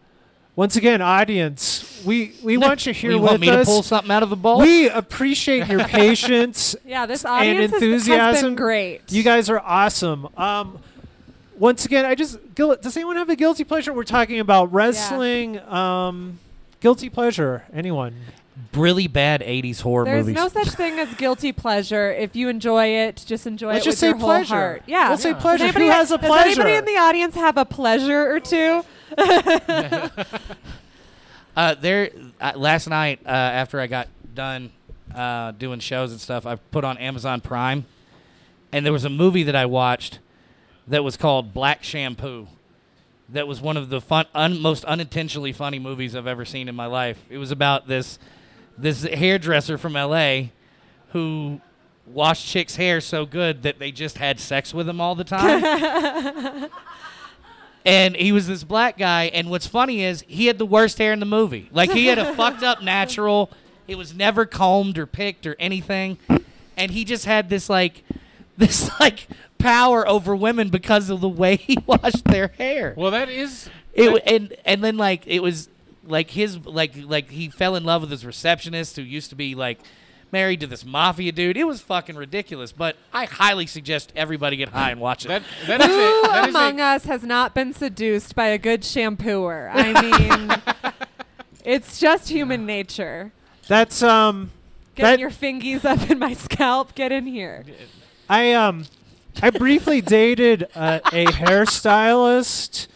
Speaker 2: once again, audience, we we want you here
Speaker 4: You
Speaker 2: with
Speaker 4: want me
Speaker 2: us.
Speaker 4: to pull something out of the bowl?
Speaker 2: We appreciate
Speaker 4: *laughs*
Speaker 2: your patience.
Speaker 3: yeah, this audience has- has
Speaker 2: enthusiasm.
Speaker 3: been great.
Speaker 2: You guys are awesome. Um, once again, I just guil- does anyone have a guilty pleasure? We're talking about wrestling. Um, guilty pleasure. Anyone?
Speaker 4: really bad '80s horror
Speaker 3: There's
Speaker 4: movies.
Speaker 3: no such thing as guilty pleasure. If you enjoy it, just enjoy
Speaker 2: Let's
Speaker 3: it
Speaker 2: just
Speaker 3: with
Speaker 2: say
Speaker 3: your
Speaker 2: pleasure.
Speaker 3: whole heart. Yeah.
Speaker 2: We'll say
Speaker 1: Yeah.
Speaker 2: pleasure.
Speaker 3: Anybody
Speaker 2: Who
Speaker 3: ha-
Speaker 2: has a
Speaker 3: Does
Speaker 2: pleasure?
Speaker 3: anybody in the audience have a pleasure or two?
Speaker 4: uh, there, uh, last night uh, after I got done uh, doing shows and stuff, I put on Amazon Prime, and there was a movie that I watched that was called Black Shampoo. That was one of the fun, un, most unintentionally funny movies I've ever seen in my life. It was about this this hairdresser from L.A. who washed chicks' hair so good that they just had sex with them all the time. and he was this black guy. And what's funny is he had the worst hair in the movie. Like he had a fucked up natural. It was never combed or picked or anything, and he just had this like, *laughs* this like power over women because of the way he *laughs* washed their hair.
Speaker 1: Well, that is.
Speaker 4: It w- and and then like it was like his like like he fell in love with his receptionist who used to be like married to this mafia dude. It was fucking ridiculous. But I highly suggest everybody get high and watch it.
Speaker 1: That, that
Speaker 4: *laughs*
Speaker 1: is
Speaker 3: Who
Speaker 1: a, that is
Speaker 3: among
Speaker 1: a,
Speaker 3: us has not been seduced by a good shampooer? I
Speaker 1: *laughs*
Speaker 3: mean, it's just human nature.
Speaker 2: That's um.
Speaker 3: Getting
Speaker 2: That-
Speaker 3: your fingies up in my scalp. Get in here.
Speaker 2: I um. I briefly dated uh, a hairstylist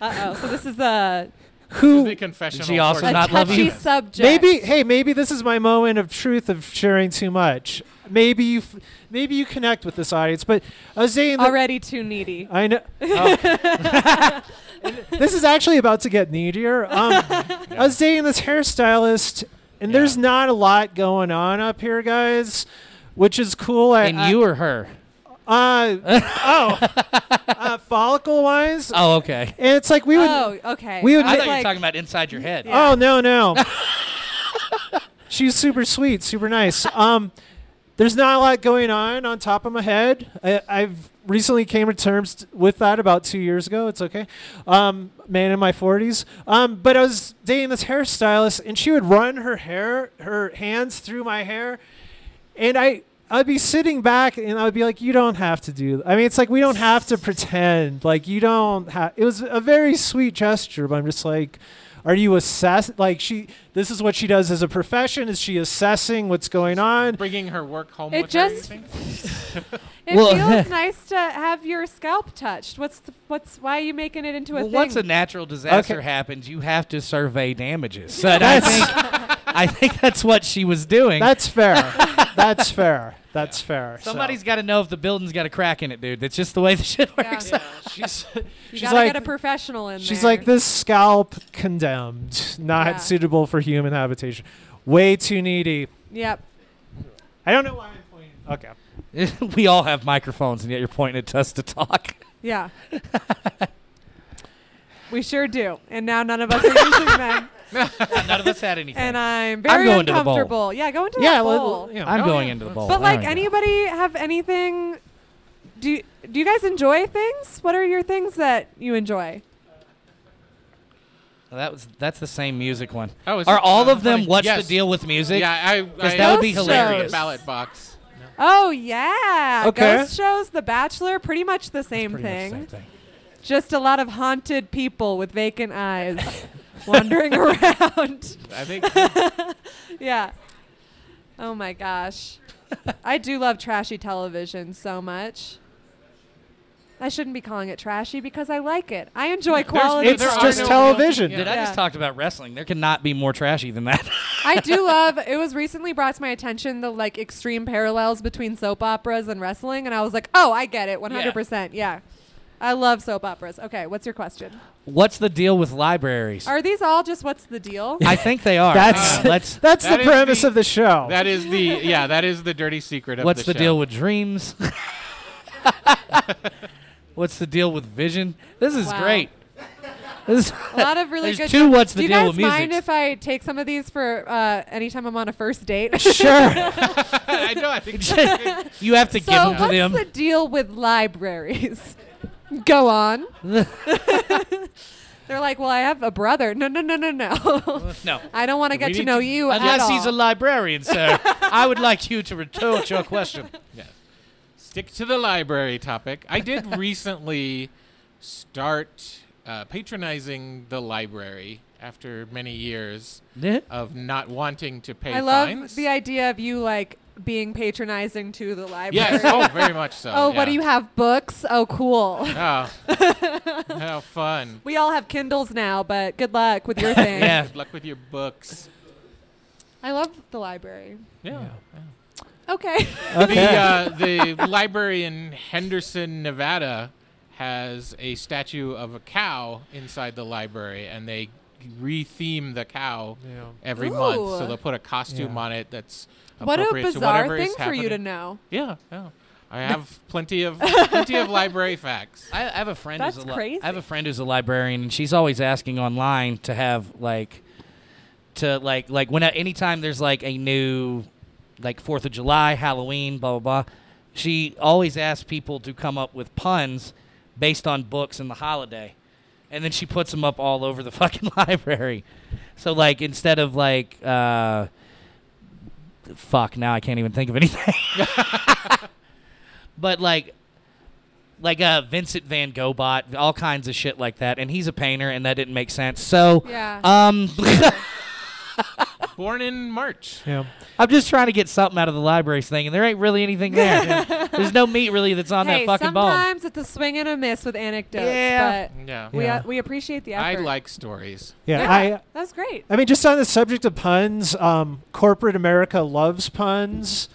Speaker 3: Uh oh. So this is a,
Speaker 2: who
Speaker 1: the confessional.
Speaker 4: She also
Speaker 1: portion.
Speaker 3: a
Speaker 4: not love
Speaker 3: touchy
Speaker 4: you.
Speaker 3: subject.
Speaker 2: Maybe hey, maybe this is my moment of truth of sharing too much. Maybe you, f- maybe you connect with this audience. But I was saying that
Speaker 3: already too needy.
Speaker 2: I know
Speaker 3: Oh.
Speaker 2: *laughs* this is actually about to get needier. Um, I was dating this hairstylist, and
Speaker 1: Yeah.
Speaker 2: there's not a lot going on up here, guys, which is cool. I,
Speaker 4: and
Speaker 2: I-
Speaker 4: you or her?
Speaker 2: uh, oh,
Speaker 4: *laughs*
Speaker 2: uh, follicle wise,
Speaker 4: Oh, okay.
Speaker 2: and it's like we would.
Speaker 3: Oh, okay.
Speaker 2: we would
Speaker 3: I
Speaker 4: I
Speaker 2: It's
Speaker 3: was
Speaker 4: thought you were
Speaker 3: like,
Speaker 4: talking about inside your head.
Speaker 3: Yeah.
Speaker 2: Oh no no. She's super sweet, super nice. Um, there's not a lot going on on top of my head. I, I've recently came to terms t- with that about two years ago. It's okay. Um, man in my 40s. Um, but I was dating this hairstylist, and she would run her hair, her hands through my hair, and I. I'd be sitting back and I would be like, "You don't have to do." I mean, it's like we don't have to pretend. Like you don't have. It was a very sweet gesture, but I'm just like, are you assess? Like she, this is what she does as a profession. Is she assessing what's going on?
Speaker 1: Bringing her work home
Speaker 3: It
Speaker 1: with
Speaker 3: just-
Speaker 1: her. you think?
Speaker 3: it
Speaker 4: Well- *laughs*
Speaker 3: feels nice to have your scalp touched. What's the, what's why are you making it into a
Speaker 4: Well,
Speaker 3: thing?
Speaker 4: once
Speaker 3: *laughs*
Speaker 4: a natural disaster
Speaker 2: Okay.
Speaker 4: happens, you have to survey damages. So I think I think that's what she was doing.
Speaker 1: *laughs*
Speaker 2: That's fair. That's fair. That's fair.
Speaker 4: Somebody's got to know if the building's got a crack in it, dude. That's just the way the shit
Speaker 3: Yeah.
Speaker 4: *laughs* works.
Speaker 2: She's,
Speaker 3: you
Speaker 2: she's
Speaker 3: gotta
Speaker 2: like-
Speaker 3: get a professional in
Speaker 2: she's
Speaker 3: there.
Speaker 2: like this scalp condemned, not
Speaker 3: Yeah.
Speaker 2: suitable for human habitation. Way too needy.
Speaker 3: Yep.
Speaker 2: I don't know why I'm pointing. Okay.
Speaker 4: *laughs* we all have microphones, and yet you're pointing at us
Speaker 1: *laughs*
Speaker 4: to talk. *laughs*
Speaker 3: Yeah. we sure do. And now none of us are using
Speaker 4: *laughs*
Speaker 3: them.
Speaker 4: None of us had anything.
Speaker 3: And I'm very
Speaker 4: going to the bowl.
Speaker 3: uncomfortable. Yeah, go into
Speaker 2: Yeah.
Speaker 3: that
Speaker 2: well,
Speaker 3: bowl.
Speaker 2: you know.
Speaker 4: I'm
Speaker 1: Oh,
Speaker 4: going
Speaker 1: yeah.
Speaker 4: into the bowl.
Speaker 3: But like
Speaker 4: There we go.
Speaker 3: anybody have anything do you, do you guys enjoy things? What are your things that you enjoy?
Speaker 4: Well, that was that's the same music one.
Speaker 1: Oh, is
Speaker 4: Are
Speaker 1: it?
Speaker 4: all
Speaker 1: Oh,
Speaker 4: of them?
Speaker 1: funny.
Speaker 4: What's
Speaker 1: Yes.
Speaker 4: the deal with music?
Speaker 1: Yeah, I. I
Speaker 4: that
Speaker 3: would be
Speaker 1: shared a
Speaker 3: hilarious.
Speaker 1: ballot box.
Speaker 3: Oh yeah.
Speaker 2: Okay.
Speaker 3: Ghost shows, The Bachelor, pretty much the same
Speaker 4: Pretty much the
Speaker 3: thing.
Speaker 4: same thing.
Speaker 3: Just a lot of haunted people with vacant eyes *laughs* wandering around. *laughs*
Speaker 1: I think.
Speaker 3: Yeah. Oh my gosh. I do love trashy television so much. I shouldn't be calling it trashy because I like it. I enjoy quality.
Speaker 2: It's
Speaker 1: there are
Speaker 2: just
Speaker 1: no
Speaker 2: television.
Speaker 1: real-
Speaker 4: Dude, I
Speaker 3: Yeah.
Speaker 4: just talked about wrestling. There cannot be more trashy than that. *laughs*
Speaker 3: I do love. It was recently brought to my attention the like extreme parallels between soap operas and wrestling, and I was like, oh, I get it, 100%. Yeah. I love soap operas. Okay, what's your question?
Speaker 4: What's the deal with libraries?
Speaker 3: Are these all just what's the deal?
Speaker 4: *laughs* I think they are.
Speaker 2: *laughs* That's-
Speaker 4: Uh,
Speaker 1: *laughs*
Speaker 2: *laughs*
Speaker 4: let's.
Speaker 2: That's
Speaker 1: That
Speaker 2: the
Speaker 1: is
Speaker 2: premise
Speaker 1: the-
Speaker 2: of the
Speaker 3: Oh.
Speaker 2: show.
Speaker 1: That is the yeah. That is the dirty secret of
Speaker 4: What's
Speaker 1: the,
Speaker 4: the,
Speaker 1: show.
Speaker 4: deal with dreams? *laughs* What's the deal with vision? This is
Speaker 3: Wow.
Speaker 4: great. This-
Speaker 3: A lot of really
Speaker 4: There's
Speaker 3: good.
Speaker 4: two what's the
Speaker 3: Do you
Speaker 4: deal
Speaker 3: guys
Speaker 4: with musics?
Speaker 3: mind if I take some of these for uh, anytime I'm on a first
Speaker 1: *laughs*
Speaker 3: date?
Speaker 2: Sure.
Speaker 1: I know. I think
Speaker 3: *laughs*
Speaker 4: you have to give
Speaker 3: so
Speaker 4: them to
Speaker 3: what's
Speaker 4: them.
Speaker 3: the deal with libraries? Go
Speaker 4: *laughs*
Speaker 3: on. They're like, well, I have a brother. No, no, no, no, no.
Speaker 4: no.
Speaker 3: I don't want to
Speaker 1: We
Speaker 3: get to
Speaker 1: need
Speaker 3: know
Speaker 1: to-
Speaker 3: you at
Speaker 4: Unless he's a
Speaker 3: all. *laughs*
Speaker 4: librarian, sir. I would like you to retort your question.
Speaker 1: Yeah. Stick to the library topic. I did recently start uh, patronizing the library after many years of not wanting to pay
Speaker 3: I love
Speaker 1: fines.
Speaker 3: the idea of you like being patronizing to the library.
Speaker 1: yes, oh, very much so.
Speaker 3: *laughs* oh,
Speaker 1: yeah.
Speaker 3: what do you have? Books? Oh,
Speaker 4: *laughs*
Speaker 3: cool. *laughs*
Speaker 1: Oh, how fun.
Speaker 3: We all have Kindles now, but good luck with your thing.
Speaker 4: *laughs* Yeah.
Speaker 1: Good luck with your books.
Speaker 3: I love the library.
Speaker 1: Yeah.
Speaker 3: Okay.
Speaker 1: The, uh, the library in Henderson, Nevada has a statue of a cow inside the library, and they re-theme the cow
Speaker 2: Yeah.
Speaker 1: every month. So
Speaker 3: Ooh.
Speaker 1: they'll put a costume
Speaker 2: Yeah.
Speaker 1: on it that's
Speaker 3: what a
Speaker 1: appropriate to
Speaker 3: bizarre
Speaker 1: whatever
Speaker 3: thing
Speaker 1: is
Speaker 3: for you to
Speaker 1: happening.
Speaker 3: know.
Speaker 1: Yeah, yeah. I have plenty
Speaker 3: *laughs*
Speaker 1: of plenty of library facts.
Speaker 4: I, I have a friend. who's
Speaker 3: That's
Speaker 4: a li-
Speaker 3: crazy.
Speaker 4: I have a friend who's a librarian, and she's always asking online to have like, to like like when at any time there's like a new, like Fourth of July, Halloween, blah blah blah. She always asks people to come up with puns based on books and the holiday, and then she puts them up all over the *laughs* fucking library. So like instead of like, uh, fuck, now I can't even think of anything. but like like uh Vincent Van Gogh bot, all kinds of shit like that, and he's a painter, and that didn't make sense. So,
Speaker 3: Yeah.
Speaker 4: um, *laughs*
Speaker 1: Born in March.
Speaker 2: Yeah.
Speaker 4: I'm just trying to get something out of the libraries thing, and there ain't really anything there. There's no meat really that's on
Speaker 3: hey,
Speaker 4: that fucking bone.
Speaker 3: sometimes it's a swing and a miss with anecdotes.
Speaker 4: Yeah.
Speaker 3: But
Speaker 1: Yeah.
Speaker 3: We,
Speaker 2: Yeah.
Speaker 3: uh, we appreciate the effort.
Speaker 1: I like stories.
Speaker 2: Yeah.
Speaker 3: Yeah.
Speaker 2: I Uh,
Speaker 3: that was great.
Speaker 2: I mean, just on the subject of puns, um, corporate America loves puns.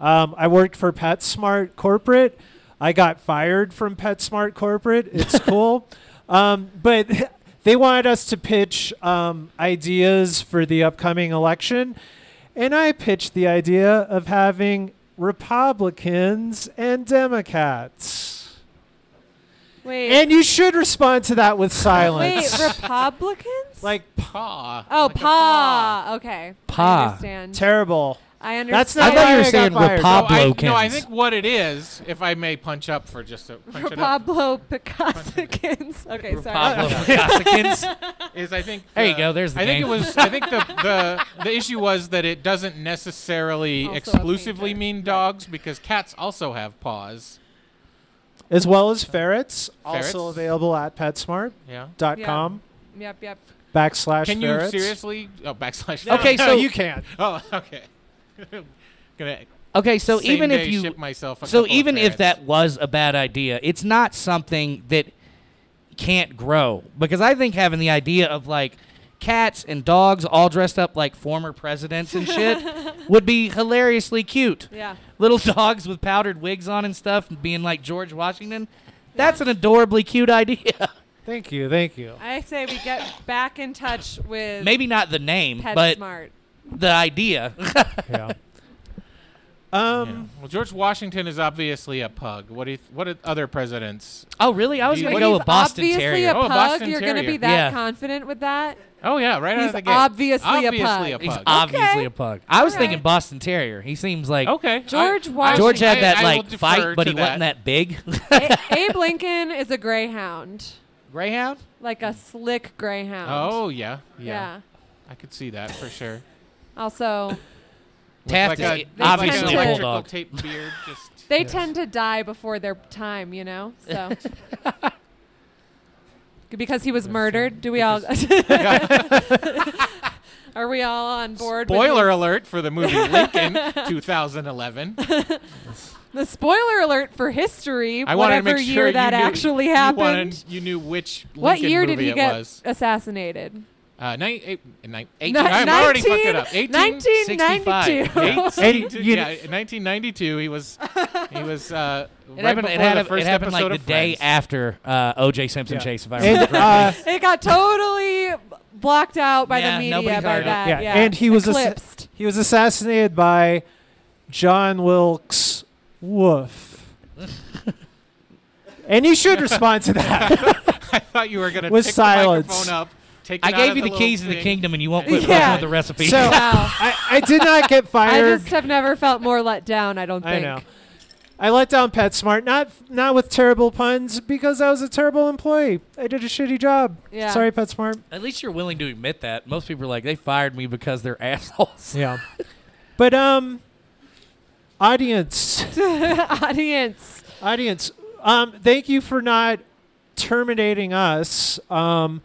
Speaker 2: Um, I worked for PetSmart corporate. I got fired from PetSmart corporate. It's cool, um, but *laughs* they wanted us to pitch um, ideas for the upcoming election, and I pitched the idea of having Republicans and Democrats.
Speaker 3: Wait.
Speaker 2: And you should respond to that with
Speaker 3: wait,
Speaker 2: silence. *laughs*
Speaker 3: Republicans?
Speaker 2: like
Speaker 1: Paw.
Speaker 3: oh,
Speaker 1: Like a
Speaker 3: pa. Okay.
Speaker 4: Pa.
Speaker 3: I understand.
Speaker 2: terrible.
Speaker 3: I understand.
Speaker 2: That's not
Speaker 4: I thought you
Speaker 2: why
Speaker 4: were
Speaker 2: got
Speaker 4: saying
Speaker 2: fired.
Speaker 1: Oh, I, no, I
Speaker 4: Pablokins.
Speaker 1: think what it is, if I may punch up for just a punch it up,
Speaker 3: Pablo Picassikins. *laughs* Okay, sorry.
Speaker 4: *laughs* Pablo Cossacans.
Speaker 1: is I think
Speaker 4: There you
Speaker 1: uh,
Speaker 4: go, there's the
Speaker 1: I think
Speaker 4: name.
Speaker 1: it was I think the, the the issue was that it doesn't necessarily
Speaker 3: Also a
Speaker 1: exclusively
Speaker 3: painter.
Speaker 1: mean dogs because cats also have paws.
Speaker 2: as well as ferrets,
Speaker 1: Ferrets?
Speaker 2: also available at PetSmart.com
Speaker 1: Yeah.
Speaker 3: Yep, yep.
Speaker 2: backslash
Speaker 1: Can
Speaker 2: ferrets.
Speaker 1: you seriously? Oh, backslash.
Speaker 4: Okay,
Speaker 2: No,
Speaker 4: so-
Speaker 2: you can't.
Speaker 1: *laughs* Oh, okay. *laughs* Gonna
Speaker 4: Okay, so
Speaker 1: same
Speaker 4: even
Speaker 1: day
Speaker 4: if you
Speaker 1: ship myself a
Speaker 4: so
Speaker 1: couple of
Speaker 4: even
Speaker 1: ferrets.
Speaker 4: if that was a bad idea, it's not something that can't grow because I think having the idea of like cats and dogs all dressed up like former presidents
Speaker 3: *laughs*
Speaker 4: and shit would be hilariously cute.
Speaker 3: Yeah.
Speaker 4: Little *laughs* dogs with powdered wigs on and stuff, and being like George Washington. That's an adorably
Speaker 3: *laughs*
Speaker 4: cute idea.
Speaker 2: Thank you, thank you.
Speaker 3: I say we get back in touch with
Speaker 4: Maybe not the name, but
Speaker 3: PetSmart.
Speaker 4: the idea. *laughs*
Speaker 2: Yeah.
Speaker 1: Yeah.
Speaker 2: Um,
Speaker 1: Well, George Washington is obviously a pug. What do you, what are other presidents?
Speaker 4: oh, really? I was
Speaker 1: Do you-
Speaker 4: gonna
Speaker 1: What
Speaker 4: go
Speaker 1: he's
Speaker 4: with Boston
Speaker 3: obviously
Speaker 4: Terrier.
Speaker 3: a
Speaker 1: Oh, a
Speaker 3: pug.
Speaker 1: Boston
Speaker 3: You're going to
Speaker 1: Terrier.
Speaker 3: be that
Speaker 4: Yeah.
Speaker 3: confident with that?
Speaker 1: Oh yeah, right out
Speaker 3: He's
Speaker 1: of the gate.
Speaker 3: obviously a
Speaker 1: Obviously
Speaker 3: pug.
Speaker 1: a
Speaker 4: He's
Speaker 1: pug.
Speaker 4: obviously a pug. I was
Speaker 3: All
Speaker 4: thinking
Speaker 3: right.
Speaker 4: Boston Terrier. He seems like
Speaker 1: Okay.
Speaker 3: George
Speaker 1: I- I
Speaker 3: Washington.
Speaker 4: George had
Speaker 1: I-
Speaker 4: that
Speaker 1: I will
Speaker 4: like
Speaker 1: defer
Speaker 4: fight, but
Speaker 1: to
Speaker 4: he wasn't that *laughs* big.
Speaker 3: A- Abe Lincoln is a greyhound,
Speaker 4: Greyhound?
Speaker 3: like a slick greyhound.
Speaker 1: Oh yeah, yeah,
Speaker 3: yeah.
Speaker 1: I could see that for
Speaker 4: *laughs*
Speaker 1: sure.
Speaker 3: Also,
Speaker 1: With
Speaker 4: Taft is
Speaker 1: like a,
Speaker 3: They obviously
Speaker 1: like an
Speaker 3: tend to-
Speaker 1: electrical
Speaker 4: bulldog.
Speaker 1: Tape beard,
Speaker 4: *laughs*
Speaker 1: just
Speaker 3: they
Speaker 2: Yes.
Speaker 3: tend to die before their time, you know. So. *laughs* Because he was murdered, do we all? *laughs* Are we all on board? with
Speaker 1: Spoiler
Speaker 3: this?
Speaker 1: alert for the movie Lincoln,
Speaker 4: *laughs*
Speaker 1: 2011.
Speaker 3: The spoiler alert for history.
Speaker 1: I wanted to
Speaker 3: whatever
Speaker 1: make
Speaker 3: year
Speaker 1: sure you
Speaker 3: that
Speaker 1: knew,
Speaker 3: actually
Speaker 1: you
Speaker 3: happened.
Speaker 1: wanted- You, knew which Lincoln
Speaker 3: what year
Speaker 1: movie
Speaker 3: did he
Speaker 1: it
Speaker 3: get
Speaker 1: was.
Speaker 3: assassinated?
Speaker 1: Uh, nine, eight, nine,
Speaker 3: Ni-
Speaker 1: 18, I'm already fucking it up. 18,
Speaker 4: *laughs*
Speaker 3: 1992.
Speaker 1: 18,
Speaker 2: you-
Speaker 1: yeah, 1992. He was, he was uh,
Speaker 4: *laughs* It
Speaker 1: right
Speaker 4: happened,
Speaker 1: before
Speaker 4: it had
Speaker 1: the
Speaker 4: a- it
Speaker 1: first
Speaker 4: happened,
Speaker 1: episode
Speaker 4: like the
Speaker 1: of
Speaker 4: day
Speaker 1: Friends. *laughs*
Speaker 4: after uh, O.J. Simpson
Speaker 2: Yeah.
Speaker 4: chase, if I remember.
Speaker 2: and, uh,
Speaker 3: it got totally blocked out by
Speaker 4: Yeah,
Speaker 3: the media
Speaker 4: nobody's
Speaker 3: by
Speaker 4: heard of
Speaker 3: that.
Speaker 2: yeah,
Speaker 3: yeah.
Speaker 2: and he was ass-
Speaker 3: eclipsed.
Speaker 2: he was assassinated by John Wilkes Woof. and you should respond to that.
Speaker 1: I thought you were gonna
Speaker 2: With
Speaker 1: pick
Speaker 2: silence.
Speaker 1: the microphone up. Take it
Speaker 4: I
Speaker 1: out
Speaker 4: gave
Speaker 1: of
Speaker 4: you the,
Speaker 1: little
Speaker 4: keys to the
Speaker 1: thing.
Speaker 4: kingdom, and you won't quit
Speaker 3: Yeah.
Speaker 4: fucking with the recipe.
Speaker 2: So *laughs*
Speaker 3: Wow.
Speaker 2: I, I did not get
Speaker 3: I
Speaker 2: Oh. fired.
Speaker 3: just have never felt more let down. I don't think.
Speaker 2: I know. I let down PetSmart, not not with terrible puns, because I was a terrible employee. I did a shitty job.
Speaker 3: Yeah.
Speaker 2: Sorry, PetSmart.
Speaker 4: *laughs* At least you're willing to admit that. Most people are like, they fired me because they're *laughs* assholes.
Speaker 2: Yeah. but um, audience,
Speaker 3: *laughs* Audience.
Speaker 2: audience, um, thank you for not terminating us. Um,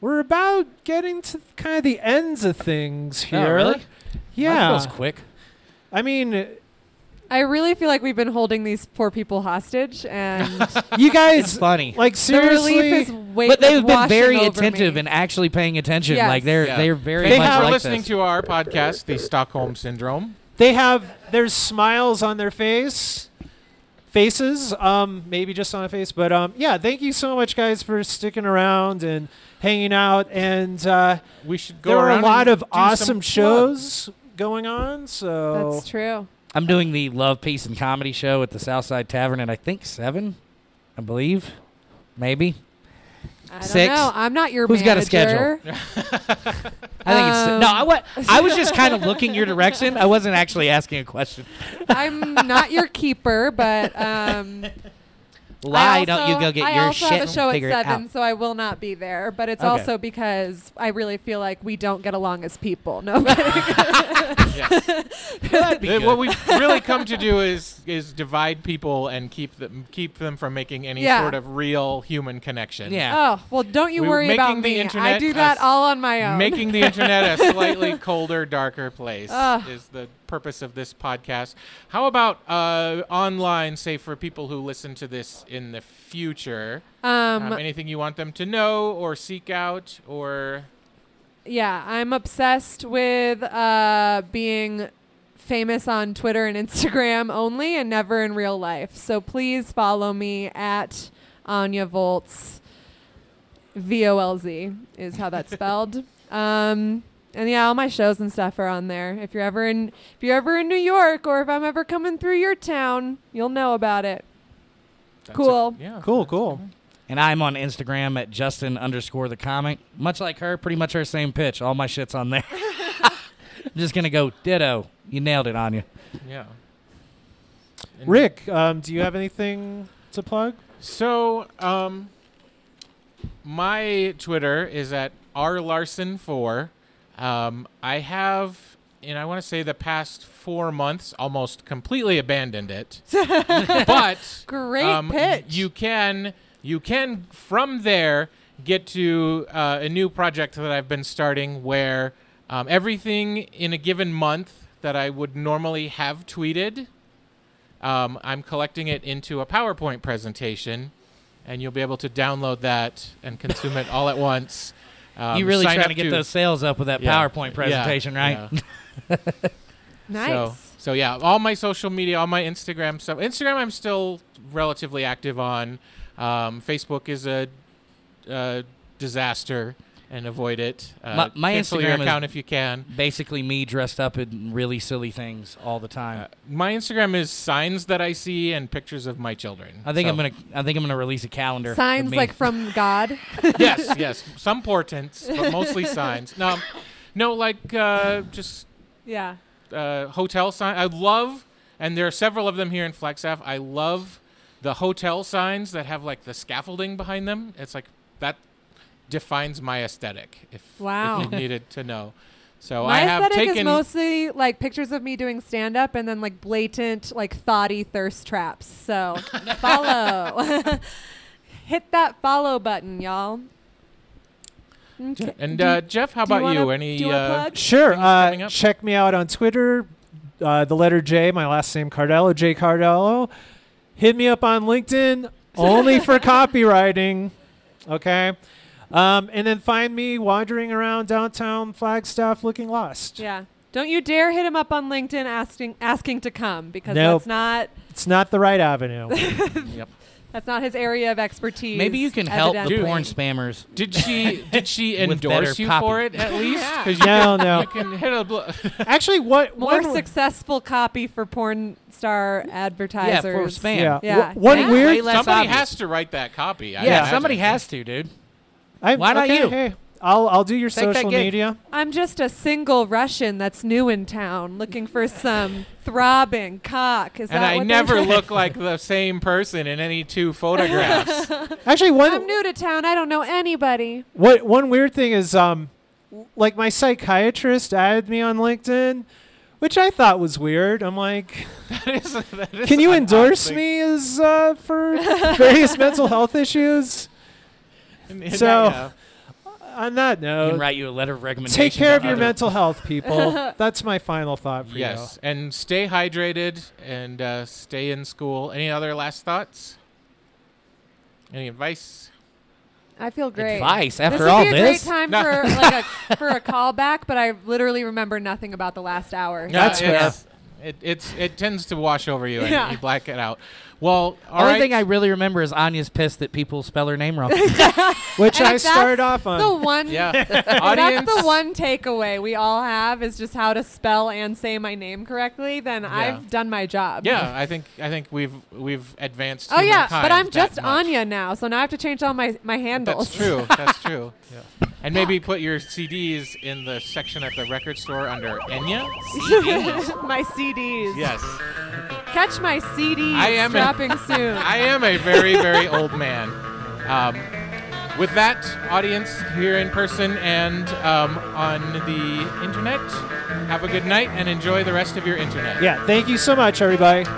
Speaker 2: we're about getting to kind of the ends of things here.
Speaker 4: *laughs* Oh, really? That
Speaker 2: Yeah.
Speaker 4: was quick.
Speaker 2: I mean,
Speaker 3: I really feel like we've been holding these poor people
Speaker 2: *laughs*
Speaker 3: hostage, and
Speaker 2: you
Speaker 4: It's *laughs*
Speaker 2: guys,
Speaker 4: funny.
Speaker 2: like
Speaker 3: the
Speaker 2: seriously,
Speaker 3: relief is wait.
Speaker 4: but they've been
Speaker 3: washing
Speaker 4: very
Speaker 3: over
Speaker 4: attentive
Speaker 3: me.
Speaker 4: and actually paying attention.
Speaker 3: Yes.
Speaker 4: Like they're
Speaker 1: Yeah.
Speaker 4: they're very
Speaker 1: Thank
Speaker 4: much
Speaker 1: you for
Speaker 4: like
Speaker 1: listening
Speaker 4: this.
Speaker 1: to our podcast, The Stockholm Syndrome.
Speaker 2: they have their smiles on their face faces um maybe just on a face but um yeah thank you so much guys for sticking around and hanging out and uh
Speaker 1: We should go
Speaker 2: there are
Speaker 1: around
Speaker 2: a
Speaker 1: and
Speaker 2: lot of
Speaker 1: do some
Speaker 2: awesome
Speaker 1: plugs. *laughs*
Speaker 2: shows going on so
Speaker 3: That's true.
Speaker 4: I'm doing the Love, Peace, and Comedy show at the Southside Tavern, and I think seven, I believe, maybe.
Speaker 3: I don't
Speaker 4: Six.
Speaker 3: know. I'm not your
Speaker 4: Who's got a
Speaker 3: manager.
Speaker 4: schedule? I think it's
Speaker 3: Um,
Speaker 4: no. I was I was just kind of looking your direction. I wasn't actually asking a question.
Speaker 3: I'm not your keeper, but
Speaker 4: *laughs*
Speaker 3: um,
Speaker 4: Why
Speaker 3: I
Speaker 4: don't you
Speaker 3: also-
Speaker 4: go get
Speaker 3: I
Speaker 4: your
Speaker 3: also
Speaker 4: shit
Speaker 3: have a show at
Speaker 4: and figure it
Speaker 3: seven,
Speaker 4: out?
Speaker 3: so I will not be there. But it's
Speaker 4: Okay.
Speaker 3: also because I really feel like we don't get along as people. *laughs* No, I'm kidding.
Speaker 4: That'd be
Speaker 1: Uh,
Speaker 4: good.
Speaker 1: What we've really come to do is is divide people and keep them keep them from making any
Speaker 3: Yeah.
Speaker 1: sort of real human connection.
Speaker 4: *laughs* Yeah.
Speaker 3: oh well, don't you
Speaker 1: We were
Speaker 3: worry about
Speaker 1: making the
Speaker 3: me. I
Speaker 1: internet
Speaker 3: do that
Speaker 1: a-
Speaker 3: all on my own.
Speaker 1: Making the internet a
Speaker 2: *laughs*
Speaker 1: slightly colder, darker place
Speaker 2: Ah.
Speaker 3: Ugh.
Speaker 1: is the purpose of this podcast. How about uh, online, say for people who listen to this in the future? Um,
Speaker 3: um,
Speaker 1: anything you want them to know or seek out or
Speaker 3: yeah, I'm obsessed with uh, being famous on Twitter and Instagram only and never in real life. So please follow me at Anya Volts. V O L Z is how
Speaker 1: *laughs*
Speaker 3: that's spelled. Um, and yeah, all my shows and stuff are on there. If you're ever in if you're ever in New York or if I'm ever coming through your town, you'll know about it.
Speaker 1: that's
Speaker 3: Cool.
Speaker 1: it. yeah.
Speaker 2: cool cool
Speaker 4: and I'm on Instagram at Justin underscore the comic. Much like her, pretty much her same pitch. All my shit's on there. *laughs* I'm just gonna go ditto. You nailed it, Anya.
Speaker 1: Yeah. And-
Speaker 2: rick um do you have anything to plug
Speaker 1: So, um, my Twitter is at rlarson4. Um, I have, and I want to say the past four months, almost completely abandoned it. but
Speaker 3: Great
Speaker 1: um,
Speaker 3: pitch.
Speaker 1: You can you can from there get to uh, a new project that I've been starting where um, everything in a given month that I would normally have tweeted, um, I'm collecting it into a PowerPoint presentation, and you'll be able to download that and consume it all at once. Um,
Speaker 4: you really
Speaker 1: sign
Speaker 4: trying
Speaker 1: up
Speaker 4: to get those sales up with that
Speaker 1: Yeah.
Speaker 4: PowerPoint presentation,
Speaker 1: Yeah.
Speaker 4: right?
Speaker 1: Yeah.
Speaker 3: nice.
Speaker 1: So, so yeah, all my social media, all my Instagram stuff. Instagram, I'm still relatively active on. Um, Facebook is a, uh disaster, and avoid it. Uh,
Speaker 4: My- my
Speaker 1: cancel
Speaker 4: Instagram
Speaker 1: your
Speaker 4: is-
Speaker 1: account if you can.
Speaker 4: Basically, me dressed up in really silly things all the time.
Speaker 1: Uh, my Instagram is signs that I see and pictures of my children.
Speaker 4: I think
Speaker 1: So-
Speaker 4: I'm gonna. I think I'm gonna release a calendar. of
Speaker 3: Signs
Speaker 4: me.
Speaker 3: like from
Speaker 1: *laughs*
Speaker 3: God.
Speaker 1: yes, yes, some portents, but mostly signs. No, no, like uh, just
Speaker 3: yeah.
Speaker 1: uh, hotel sign. I love, and there are several of them here in Flagstaff. I love the hotel signs that have like the scaffolding behind them. It's like that defines my aesthetic. If,
Speaker 3: Wow.
Speaker 1: if you needed to know,
Speaker 3: *laughs*
Speaker 1: so
Speaker 3: My
Speaker 1: I have
Speaker 3: aesthetic
Speaker 1: taken.
Speaker 3: is mostly like pictures of me doing stand up and then like blatant like thoughty thirst traps.
Speaker 4: *laughs*
Speaker 3: So follow. *laughs* Hit that follow button, y'all. Okay.
Speaker 1: and
Speaker 3: Do-
Speaker 1: uh, Jeff, how
Speaker 3: do
Speaker 1: about
Speaker 3: wanna-
Speaker 1: you? Any?
Speaker 3: do you wanna
Speaker 1: uh,
Speaker 3: plug?
Speaker 2: Sure.
Speaker 1: things coming
Speaker 2: Uh,
Speaker 1: up?
Speaker 2: check me out on Twitter, uh, the letter J, my last name Cardello, J Cardello. Hit me up on LinkedIn,
Speaker 3: *laughs*
Speaker 2: only for copywriting. Okay. Um, and then find me wandering around downtown Flagstaff looking lost.
Speaker 3: Yeah. Don't you dare hit him up on LinkedIn asking asking to come because
Speaker 2: Nope.
Speaker 3: that's not
Speaker 2: It's not the right
Speaker 1: *laughs*
Speaker 2: avenue.
Speaker 4: Yep.
Speaker 3: that's not his area of expertise.
Speaker 4: Maybe you can help the
Speaker 3: evidently.
Speaker 4: porn spammers.
Speaker 1: Did
Speaker 3: *laughs*
Speaker 1: she did she
Speaker 4: With
Speaker 1: endorse
Speaker 4: better
Speaker 1: you
Speaker 4: copy.
Speaker 1: for it at least?
Speaker 3: Yeah.
Speaker 1: Because
Speaker 2: no, no.
Speaker 1: you can hit a. Bl- *laughs*
Speaker 2: Actually, what
Speaker 3: More
Speaker 2: one,
Speaker 3: successful copy for porn star
Speaker 4: Yeah,
Speaker 3: advertisers.
Speaker 4: for spam.
Speaker 2: Yeah.
Speaker 3: Yeah.
Speaker 2: Wh- One
Speaker 3: Yeah.
Speaker 2: weird.
Speaker 1: *laughs*
Speaker 4: Way less
Speaker 1: somebody
Speaker 4: obvious.
Speaker 1: has to write that copy. I
Speaker 4: Yeah,
Speaker 1: imagine.
Speaker 4: somebody has to, dude.
Speaker 2: I'm-
Speaker 4: Why not
Speaker 2: okay,
Speaker 4: you?
Speaker 2: Hey, I'll I'll do your
Speaker 4: Take that
Speaker 2: social
Speaker 4: gig.
Speaker 2: media.
Speaker 3: I'm just a single Russian that's new in town, looking for
Speaker 1: *laughs*
Speaker 3: some throbbing cock. Is
Speaker 1: And
Speaker 3: that
Speaker 1: I
Speaker 3: what
Speaker 1: never
Speaker 3: they're-
Speaker 1: look like the same person in any two photographs.
Speaker 2: Actually,
Speaker 3: *laughs* I'm
Speaker 2: one
Speaker 3: new to town. I don't know anybody.
Speaker 2: what one weird thing is um, w- like my psychiatrist added me on LinkedIn, which I thought was weird. I'm like,
Speaker 1: *laughs* That is- that is
Speaker 2: can you
Speaker 1: an odd
Speaker 2: endorse
Speaker 1: thing. *laughs*
Speaker 2: me as uh,
Speaker 4: *laughs*
Speaker 2: for various mental health issues?
Speaker 1: And- and
Speaker 2: So-
Speaker 1: I know.
Speaker 2: On that
Speaker 4: I
Speaker 2: note,
Speaker 4: can write you a letter of recommendation.
Speaker 2: take care
Speaker 4: to
Speaker 2: of your
Speaker 4: other-
Speaker 2: mental health,
Speaker 4: *laughs*
Speaker 2: people. That's my final thought for
Speaker 1: yes, and stay hydrated and uh, stay in school. Any other last thoughts? Any advice?
Speaker 3: I feel great.
Speaker 4: Advice
Speaker 3: this
Speaker 4: after
Speaker 3: would
Speaker 4: all
Speaker 3: be a
Speaker 4: this.
Speaker 3: great time for like
Speaker 1: *laughs*
Speaker 3: a, for a callback, but I literally remember nothing about the last hour.
Speaker 1: No,
Speaker 2: That's
Speaker 1: it's- It, it's it tends to wash over you and
Speaker 3: Yeah.
Speaker 1: you black it out. Well, all
Speaker 4: Only
Speaker 1: right.
Speaker 4: thing I really remember is Anya's pissed that people spell her name wrong.
Speaker 2: you, which
Speaker 3: And
Speaker 2: I
Speaker 3: if that's
Speaker 2: started off on.
Speaker 3: The
Speaker 1: *laughs*
Speaker 3: one,
Speaker 1: yeah,
Speaker 3: if
Speaker 1: audience.
Speaker 3: *laughs* that's the one takeaway we all have is just how to spell and say my name correctly. Then I've done my job.
Speaker 1: Yeah, I think I think we've we've advanced.
Speaker 3: Oh yeah, but
Speaker 1: humankind
Speaker 3: I'm
Speaker 1: that
Speaker 3: just
Speaker 1: much.
Speaker 3: Anya now, so now I have to change all my my handles.
Speaker 1: That's true. That's true. And maybe put your CDs in the section at the record store under Enya.
Speaker 3: *laughs* my CDs.
Speaker 1: Yes.
Speaker 3: Catch my CDs
Speaker 1: I am a-
Speaker 3: dropping
Speaker 1: *laughs*
Speaker 3: soon.
Speaker 1: I am a very, very old man. Um, with that, audience here in person and um, on the internet, have a good night and enjoy the rest of your internet.
Speaker 2: yeah, thank you so much, everybody.